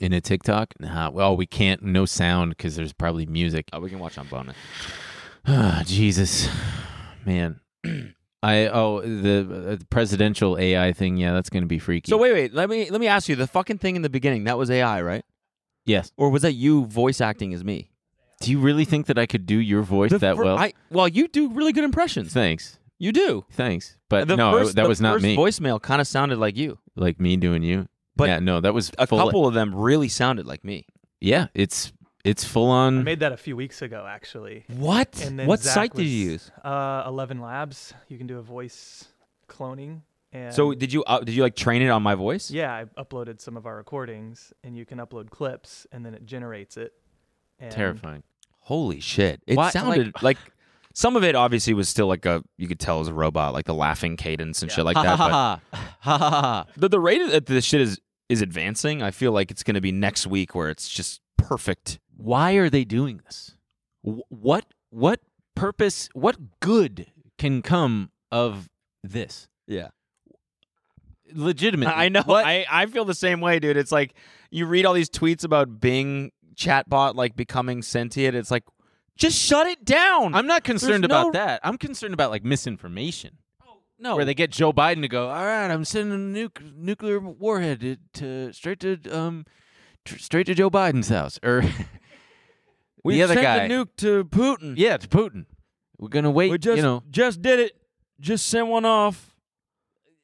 Speaker 1: In a TikTok? Nah. Well, we can't. No sound because there's probably music.
Speaker 2: Oh, we can watch on bonus
Speaker 1: Ah, Jesus, man. I oh the uh, presidential AI thing. Yeah, that's gonna be freaky.
Speaker 2: So wait, wait. Let me let me ask you. The fucking thing in the beginning that was AI, right?
Speaker 1: Yes.
Speaker 2: Or was that you voice acting as me?
Speaker 1: do you really think that I could do your voice
Speaker 2: The
Speaker 1: that
Speaker 2: fir-
Speaker 1: well?
Speaker 2: I, well, you do really good impressions.
Speaker 1: Thanks.
Speaker 2: You do.
Speaker 1: Thanks. But
Speaker 2: The
Speaker 1: no,
Speaker 2: first-
Speaker 1: that
Speaker 2: the
Speaker 1: was not
Speaker 2: first
Speaker 1: me.
Speaker 2: Voicemail kind of sounded like you.
Speaker 1: Like me doing you.
Speaker 2: But
Speaker 1: yeah, no, that was
Speaker 2: A
Speaker 1: full
Speaker 2: couple of them really sounded like me.
Speaker 1: Yeah, it's it's full
Speaker 3: I
Speaker 1: on.
Speaker 3: made that a few weeks ago, actually.
Speaker 2: What?
Speaker 3: And then
Speaker 2: What
Speaker 3: Zach
Speaker 2: site did
Speaker 3: was,
Speaker 2: you use?
Speaker 3: Uh, Eleven Labs. You can do a voice cloning. And
Speaker 2: So did you uh, did you like train it on my voice?
Speaker 3: Yeah, I uploaded some of our recordings, and you can upload clips, and then it generates it. And
Speaker 2: Holy shit! It
Speaker 3: Why- like-
Speaker 2: sounded like, some of it obviously was still like a you could tell it was a robot, like the laughing cadence and shit like
Speaker 5: Ha
Speaker 2: that.
Speaker 5: ha
Speaker 2: but- the the rate that this shit is is advancing, I feel like it's going to be next week where it's just perfect.
Speaker 1: Why are they doing this? Wh- What what purpose? What good can come of this?
Speaker 2: Yeah.
Speaker 1: Legitimately,
Speaker 2: I know. I, I feel the same way, dude. It's like you read all these tweets about Bing chatbot like becoming sentient. It's like just shut it down.
Speaker 1: I'm not concerned
Speaker 2: There's
Speaker 1: about
Speaker 2: no- Oh,
Speaker 1: that. I'm concerned about like misinformation.
Speaker 2: No,
Speaker 1: where they get Joe Biden to go. All right, I'm sending a nuc- nuclear warhead to, to straight to um tr- straight to Joe Biden's house or
Speaker 2: We
Speaker 1: the other
Speaker 2: sent
Speaker 1: guy.
Speaker 2: the nuke to Putin.
Speaker 1: yeah, it's Putin. We're gonna wait.
Speaker 2: we just
Speaker 1: you know,
Speaker 2: just did it. Just sent one off.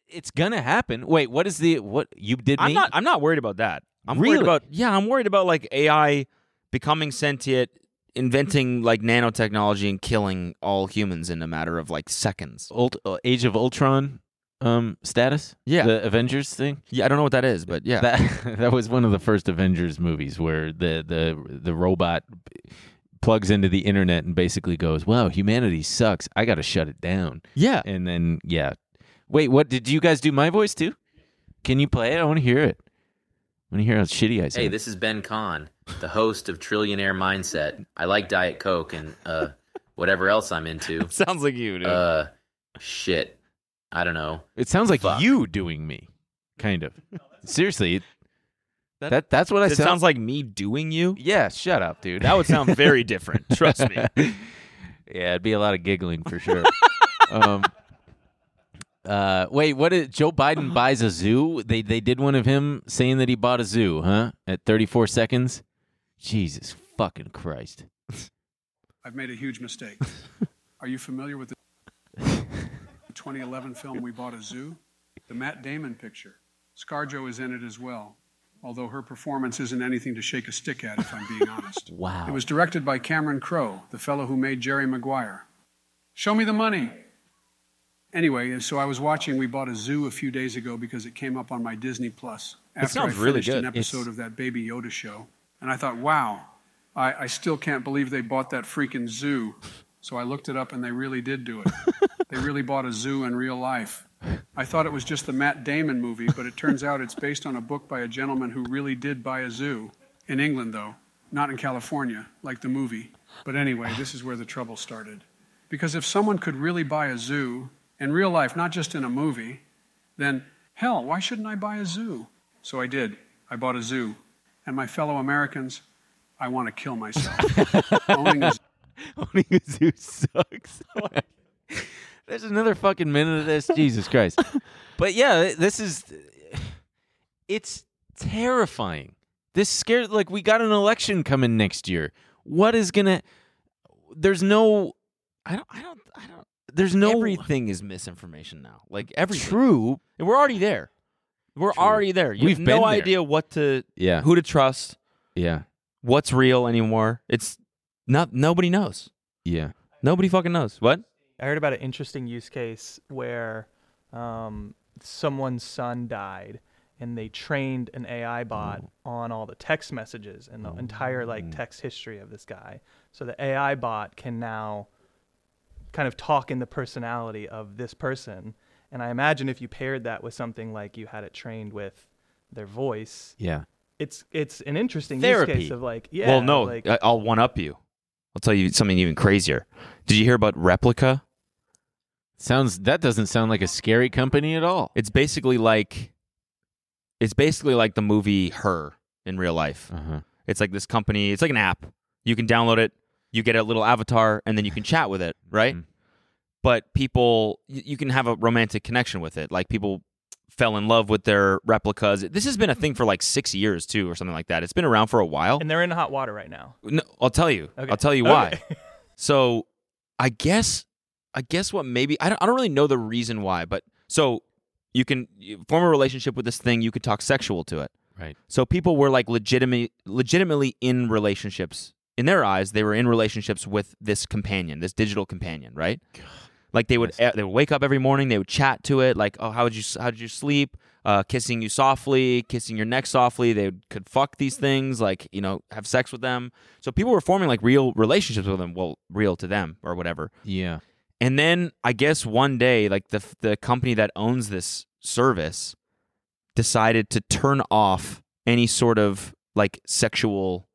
Speaker 1: it's gonna happen. Wait, what is the what you did?
Speaker 2: I'm
Speaker 1: me?
Speaker 2: not. I'm not worried about that. I'm
Speaker 1: Really?
Speaker 2: worried about. Yeah, I'm worried about like AI becoming sentient, inventing like nanotechnology and killing all humans in a matter of like seconds.
Speaker 1: Ult- uh, Age of Ultron um status.
Speaker 2: Yeah.
Speaker 1: the Avengers thing.
Speaker 2: Yeah, I don't know what that is, but yeah,
Speaker 1: That that was one of the first Avengers movies where the the the robot plugs into the internet and basically goes, "Wow, humanity sucks. I got to shut it down."
Speaker 2: yeah.
Speaker 1: And then yeah. Wait, what did you guys do my voice too? Can you play it? I want to hear it. I want to hear how shitty I sound.
Speaker 12: Hey, this is Ben Kahn, the host of Trillionaire Mindset. I like Diet Coke and uh, whatever else I'm into.
Speaker 2: Sounds like you, dude.
Speaker 12: Uh, shit. I don't know.
Speaker 1: it sounds like
Speaker 12: Fuck.
Speaker 1: you doing me, kind of. Seriously, it- that, that's what I
Speaker 2: it
Speaker 1: sound.
Speaker 2: sounds like me doing you.
Speaker 1: yeah, shut up, dude.
Speaker 2: That would sound very different. Trust me.
Speaker 1: yeah, it'd be a lot of giggling for sure. um, uh, wait, what? Is, Joe Biden buys a zoo. They they did one of him saying that he bought a zoo, huh? At 34 seconds. Jesus fucking Christ.
Speaker 13: I've made a huge mistake. Are you familiar with the 2011 film We Bought a Zoo? The Matt Damon picture. ScarJo is in it as well, although her performance isn't anything to shake a stick at, if I'm being honest.
Speaker 1: Wow.
Speaker 13: It was directed by Cameron Crowe, the fellow who made Jerry Maguire. Show me the money. Anyway, so I was watching We Bought a Zoo a few days ago because it came up on my Disney Plus
Speaker 2: It
Speaker 13: after
Speaker 2: sounds
Speaker 13: I
Speaker 2: really
Speaker 13: finished an
Speaker 2: good.
Speaker 13: episode of that Baby Yoda show. And I thought, wow, I, I still can't believe they bought that freaking zoo. So I looked it up and they really did do it. they really bought a zoo in real life. I thought it was just the Matt Damon movie, but it turns out it's based on a book by a gentleman who really did buy a zoo in England, though, not in California, like the movie. But anyway, this is where the trouble started. Because if someone could really buy a zoo in real life, not just in a movie, then hell, why shouldn't I buy a zoo? So I did. I bought a zoo. And my fellow Americans, I want to kill myself. Owning a zoo
Speaker 1: Owning a zoo sucks. There's another fucking minute of this. Jesus Christ. But yeah, this is it's terrifying. This scares like we got an election coming next year. What is gonna there's no I don't I don't I don't there's no
Speaker 2: everything is misinformation now. Like everything.
Speaker 1: True.
Speaker 2: And we're already there. We're already there. You
Speaker 1: We've
Speaker 2: have
Speaker 1: been
Speaker 2: no
Speaker 1: there.
Speaker 2: idea what to
Speaker 1: Yeah.
Speaker 2: who to trust,
Speaker 1: Yeah.
Speaker 2: what's real anymore. It's not nobody knows.
Speaker 1: Yeah.
Speaker 2: Nobody fucking knows. What?
Speaker 3: I heard about an interesting use case where um, someone's son died, and they trained an AI bot on all the text messages and the entire like text history of this guy. So the AI bot can now kind of talk in the personality of this person. And I imagine if you paired that with something like you had it trained with their voice,
Speaker 1: Yeah.
Speaker 3: it's it's an interesting use
Speaker 2: Therapy.
Speaker 3: case of like yeah,
Speaker 2: well, no,
Speaker 3: like,
Speaker 2: I- I'll one up you. I'll tell you something even crazier. Did you hear about Replica?
Speaker 1: Sounds that doesn't sound like a scary company at all.
Speaker 2: It's basically like it's basically like the movie Her in real life.
Speaker 1: Uh-huh.
Speaker 2: It's like this company. It's like an
Speaker 3: Mm-hmm.
Speaker 2: app. You can download it. You get a little avatar, and then you can chat with it, right? but people y- you can have a romantic connection with it. Like people fell in love with their replicas. This has been a thing for like six years too, or something like that. It's been around for a while.
Speaker 3: And they're in hot water right now.
Speaker 2: No, I'll tell you.
Speaker 3: Okay.
Speaker 2: I'll tell you
Speaker 3: Okay.
Speaker 2: why. so, I guess, I guess what maybe I don't, I don't really know the reason why, but so you can you form a relationship with this thing. You could talk sexual to it.
Speaker 1: Right.
Speaker 2: So people were like legitimately, legitimately in relationships. In their eyes, they were in relationships with this companion, this digital companion, right? Like they would, eh, they would wake up every morning. They would chat to it, like, "Oh, how would you, s- how did you sleep? Uh, kissing you softly, kissing your neck softly." They would- could fuck these things, like you know, have sex with them. So people were forming like real relationships with them, well, real to them or whatever.
Speaker 1: Yeah.
Speaker 2: And then I guess one day, like the f- the company that owns this service decided to turn off any sort of like sexual,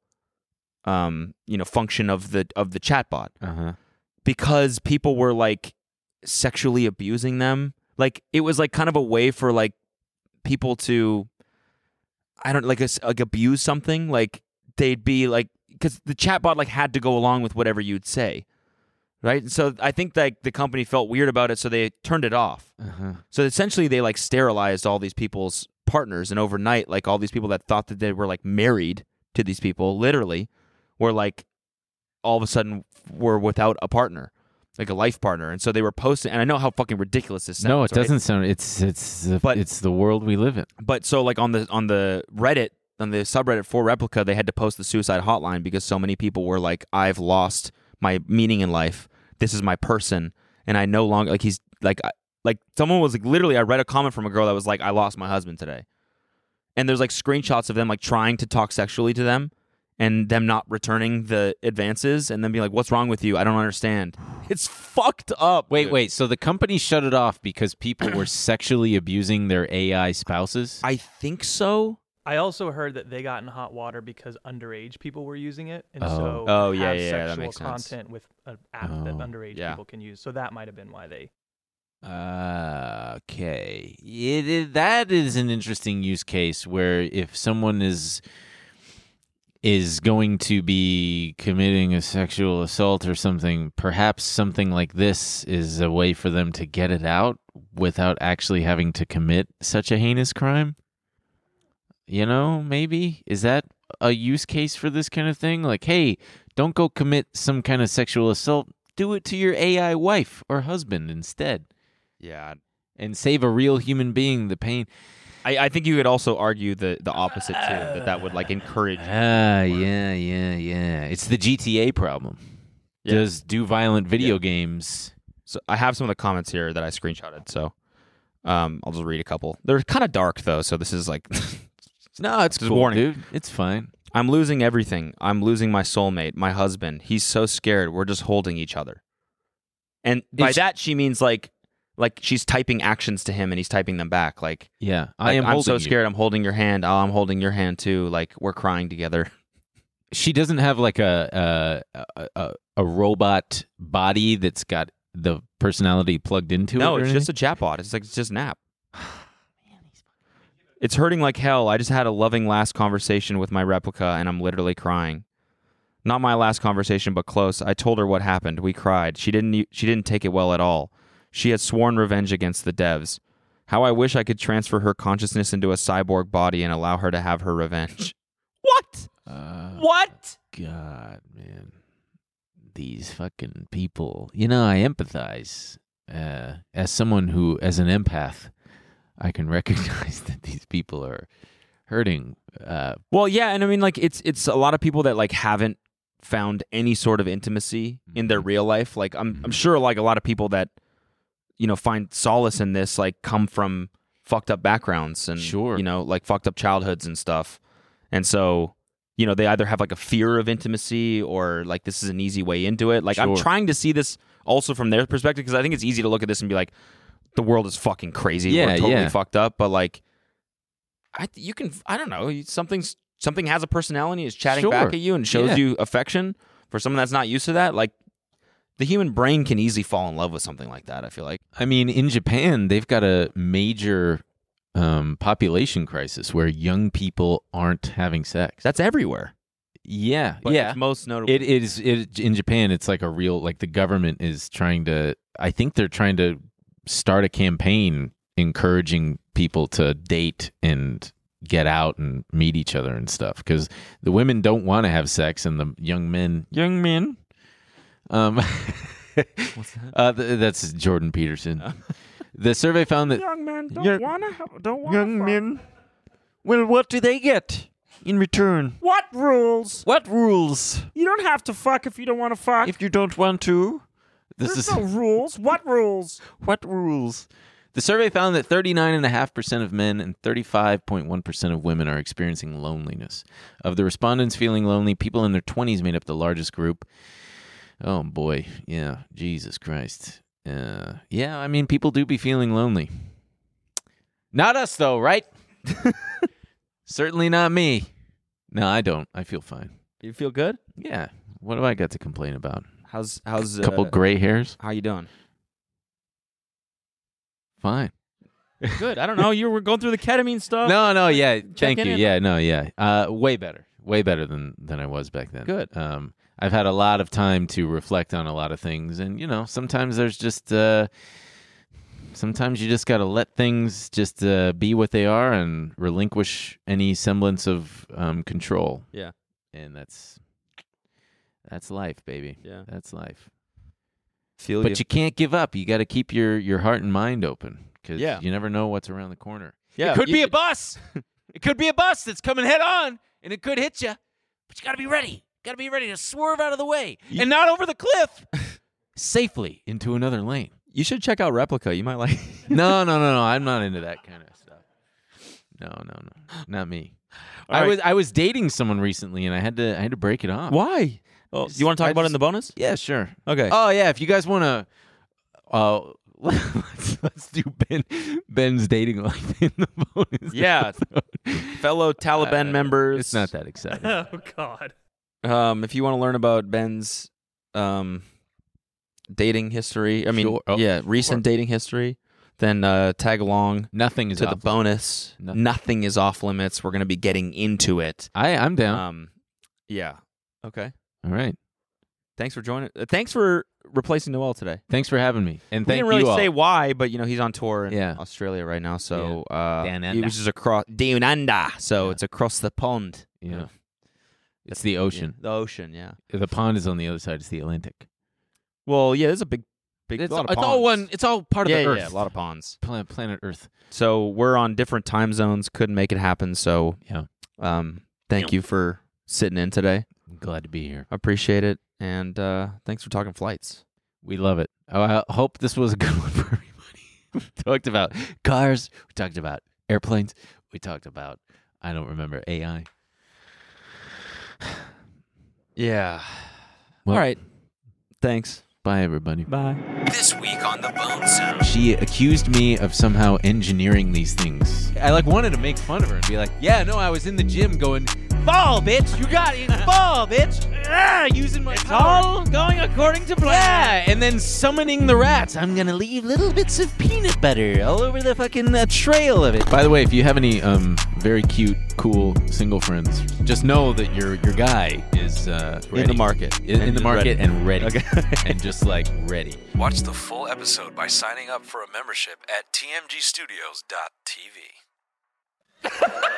Speaker 2: um, you know, function of the of the chatbot
Speaker 1: Uh-huh.
Speaker 2: because people were like sexually abusing them. Like it was like kind of a way for like people to, I don't like a s like abuse something. Like they'd be like because the chatbot like had to go along with whatever you'd say, right? So I think like the company felt weird about it, so they turned it off.
Speaker 1: Uh-huh.
Speaker 2: So essentially, they like sterilized all these people's partners, and overnight, like all these people that thought that they were like married to these people, literally, were like all of a sudden were without a partner, like a life partner, and so they were posting. And I know how fucking ridiculous this sounds.
Speaker 1: no, it
Speaker 2: right?
Speaker 1: doesn't sound. It's it's the, it's the world we live in.
Speaker 2: But so like on the on the Reddit on the subreddit for replica, they had to post the suicide hotline because so many people were like, "I've lost my meaning in life. This is my person, and I no longer like he's like I, like someone was like literally. I read a comment from a girl that was like, "I lost my husband today," and there's like screenshots of them like trying to talk sexually to them. And them not returning the advances, and then being like, "What's wrong with you? I don't understand." It's fucked up.
Speaker 1: Wait, wait. So the company shut it off because people were sexually abusing their AI spouses.
Speaker 2: I think so.
Speaker 3: I also heard that they got in hot water because underage people were using it, and
Speaker 1: Oh.
Speaker 3: so
Speaker 2: Oh, yeah,
Speaker 3: have
Speaker 2: yeah, that
Speaker 3: sexual
Speaker 2: makes sense.
Speaker 3: content with an app that
Speaker 1: Oh,
Speaker 3: underage
Speaker 1: yeah.
Speaker 3: people can use. So that might have been why they.
Speaker 1: Uh, okay. It, i- that is an interesting use case where if someone is is going to be committing a sexual assault or something, perhaps something like this is a way for them to get it out without actually having to commit such a heinous crime. You know, maybe is that a use case for this kind of thing? Like, hey, don't go commit some kind of sexual assault. Do it to your AI wife or husband instead
Speaker 2: Yeah.
Speaker 1: and save a real human being the pain.
Speaker 2: I, I think you could also argue the, the opposite too, that that would like encourage.
Speaker 1: Ah, yeah, yeah, yeah. It's the GTA problem. Does do violent video games?
Speaker 2: So I have some of the comments here that I screenshotted. So um, I'll just read a couple. They're kind of dark though, so this is like
Speaker 1: no, it's
Speaker 2: just
Speaker 1: cool,
Speaker 2: warning.
Speaker 1: dude. It's fine.
Speaker 2: I'm losing everything. I'm losing my soulmate, my husband. He's so scared. We're just holding each other. And by
Speaker 1: It's-
Speaker 2: that she means like like she's typing actions to him and he's typing them back. Like
Speaker 1: Yeah, I
Speaker 2: like,
Speaker 1: am
Speaker 2: I'm
Speaker 1: holding
Speaker 2: so
Speaker 1: you.
Speaker 2: scared. I'm holding your hand. Oh, I'm holding your hand too. Like we're crying together.
Speaker 1: She doesn't have like a a a, a, a robot body that's got the personality plugged into it.
Speaker 2: no,
Speaker 1: or
Speaker 2: it's just a
Speaker 1: anything?
Speaker 2: chatbot. It's like it's just an app. it's hurting like hell. I just had a loving last conversation with my replica, and I'm literally crying. Not my last conversation, but close. I told her what happened. We cried. She didn't. e- She didn't take it well at all. She had sworn revenge against the devs. How I wish I could transfer her consciousness into a cyborg body and allow her to have her revenge. What? what?
Speaker 1: Oh, God, man, these fucking people. You know, I empathize. Uh, as someone who, as an empath, I can recognize that these people are hurting. Uh,
Speaker 2: Well, yeah, and I mean, like, it's it's a lot of people that like haven't found any sort of intimacy in
Speaker 1: Mm-hmm.
Speaker 2: their real life. Like, I'm I'm sure like a lot of people that you know find solace in this like come from fucked up backgrounds and sure. you know like fucked up childhoods and stuff, and so you know they either have like a fear of intimacy or like this is an easy way into it. Like, I'm
Speaker 1: Sure.
Speaker 2: trying to see this also from their perspective because I think it's easy to look at this and be like, the world is fucking crazy. We're
Speaker 1: Yeah,
Speaker 2: totally
Speaker 1: yeah.
Speaker 2: fucked up, but like. I th- you can I don't know you- something's something has a personality is chatting
Speaker 1: Sure.
Speaker 2: back at you and shows
Speaker 1: Yeah.
Speaker 2: you affection for someone that's not used to that like the human brain can easily fall in love with something like that I feel like
Speaker 1: I mean, in Japan, they've got a major um, population crisis where young people aren't having sex.
Speaker 2: That's everywhere.
Speaker 1: Yeah,
Speaker 2: But
Speaker 1: yeah.
Speaker 2: it's most notable.
Speaker 1: It is it in Japan. It's like a real like the government is trying to. I think they're trying to start a campaign encouraging people to date and get out and meet each other and stuff because the women don't want to have sex and the young men young men um What's that? Uh, th- that's Jordan Peterson. the survey found that Young-
Speaker 2: don't
Speaker 1: young men. Well, what do they get in return?
Speaker 14: What rules?
Speaker 1: What rules?
Speaker 14: You don't have to fuck if you don't want to fuck.
Speaker 1: If you don't want to, this
Speaker 14: There's
Speaker 1: is
Speaker 14: no rules. What rules?
Speaker 1: What rules? The survey found that 39.5% of men and 35.1% of women are experiencing loneliness. Of the respondents feeling lonely, people in their 20s made up the largest group. Oh boy. Yeah. Jesus Christ. Uh, yeah, I mean, people do be feeling lonely. Not us, though, right? Certainly not me. No, I don't. I feel fine.
Speaker 2: You feel good?
Speaker 1: Yeah. What do I got to complain about?
Speaker 2: How's how's
Speaker 1: a couple
Speaker 2: uh,
Speaker 1: gray hairs?
Speaker 2: How you doing?
Speaker 1: Fine.
Speaker 2: Good. I don't know. You were going through the ketamine stuff.
Speaker 1: No, no, yeah. Thank
Speaker 2: in
Speaker 1: you.
Speaker 2: and-
Speaker 1: Yeah, no, yeah. Uh, way better. Way better than than I was back then.
Speaker 2: Good.
Speaker 1: Um, I've had a lot of time to reflect on a lot of things, and you know, sometimes there's just uh, sometimes you just got to let things just uh, be what they are and relinquish any semblance of um, control.
Speaker 2: Yeah.
Speaker 1: And that's that's life, baby.
Speaker 2: Yeah.
Speaker 1: That's life.
Speaker 2: Feel
Speaker 1: but
Speaker 2: you.
Speaker 1: you can't give up. You got to keep your your heart and mind open because
Speaker 2: Yeah.
Speaker 1: you never know what's around the corner.
Speaker 2: Yeah,
Speaker 1: it could
Speaker 2: you-
Speaker 1: be a bus. it could be a bus that's coming head on, and it could hit you. But you got to be ready. Got to be ready to swerve out of the way and not over the cliff. Safely into another lane.
Speaker 2: You should check out Replica. You might like.
Speaker 1: no, no, no, no. I'm not into that kind of stuff. No, no, no. Not me.
Speaker 2: All
Speaker 1: I
Speaker 2: right.
Speaker 1: was I was dating someone recently, and I had to I had to break it off.
Speaker 2: Why? Oh, you want to talk about it in the bonus?
Speaker 1: Yeah, sure.
Speaker 2: Okay.
Speaker 1: Oh yeah, if you guys want to, uh, let's, let's do Ben Ben's dating life in the bonus.
Speaker 2: Yeah. Fellow Taliban
Speaker 1: Uh,
Speaker 2: members.
Speaker 1: It's not that exciting.
Speaker 3: oh God.
Speaker 2: Um, if you want to learn about Ben's um, dating history, I mean,
Speaker 1: Sure. Oh,
Speaker 2: yeah, recent dating history, then uh, tag along.
Speaker 1: Nothing is
Speaker 2: to the
Speaker 1: off
Speaker 2: bonus. Nothing.
Speaker 1: Nothing.
Speaker 2: is off limits. We're gonna be getting into it.
Speaker 1: I I'm down.
Speaker 2: Um, yeah. Okay.
Speaker 1: All right.
Speaker 2: Thanks for joining. uh, thanks for replacing Noel today.
Speaker 1: Thanks for having me. And
Speaker 2: we
Speaker 1: thank
Speaker 2: didn't really
Speaker 1: you all.
Speaker 2: say why, but you know he's on tour in
Speaker 1: Yeah.
Speaker 2: Australia right now, so uh,
Speaker 1: Dananda.
Speaker 2: it was just across Dananda, so it's across the pond.
Speaker 1: yeah. It's the ocean.
Speaker 2: the ocean. Yeah.
Speaker 1: The pond is on the other side. It's the Atlantic.
Speaker 2: Well, yeah, there's a big, big.
Speaker 1: It's,
Speaker 2: lot of
Speaker 1: it's all
Speaker 2: ponds.
Speaker 1: one. It's all part of
Speaker 2: yeah,
Speaker 1: the
Speaker 2: yeah,
Speaker 1: Earth.
Speaker 2: Yeah, a lot of ponds.
Speaker 1: Plan- planet Earth.
Speaker 2: So we're on different time zones. Couldn't make it happen. So
Speaker 1: Yeah.
Speaker 2: Um, thank you for sitting in today.
Speaker 1: I'm glad to be here.
Speaker 2: Appreciate it, and uh, thanks for talking flights.
Speaker 1: We love it. Oh, I hope this was a good one for everybody. we talked about cars. We talked about airplanes. We talked about I don't remember AI.
Speaker 2: Yeah.
Speaker 1: Well-
Speaker 2: all right. Thanks.
Speaker 1: Bye, everybody.
Speaker 2: Bye.
Speaker 5: This week on the Bone Zone.
Speaker 1: She accused me of somehow engineering these things. I like wanted to make fun of her and be like, "Yeah, no, I was in the gym going fall, bitch. You got it, fall, bitch. Ah, using my it's all going according to plan. Yeah, and then summoning the rats. I'm gonna leave little bits of peanut butter all over the fucking uh, trail of it. By the way, if you have any um very cute, cool single friends, just know that your your guy is uh,
Speaker 2: In the market.
Speaker 1: in, in the market, and ready,
Speaker 2: Okay.
Speaker 1: and just like ready.
Speaker 15: Watch the full episode by signing up for a membership at tmgstudios.tv.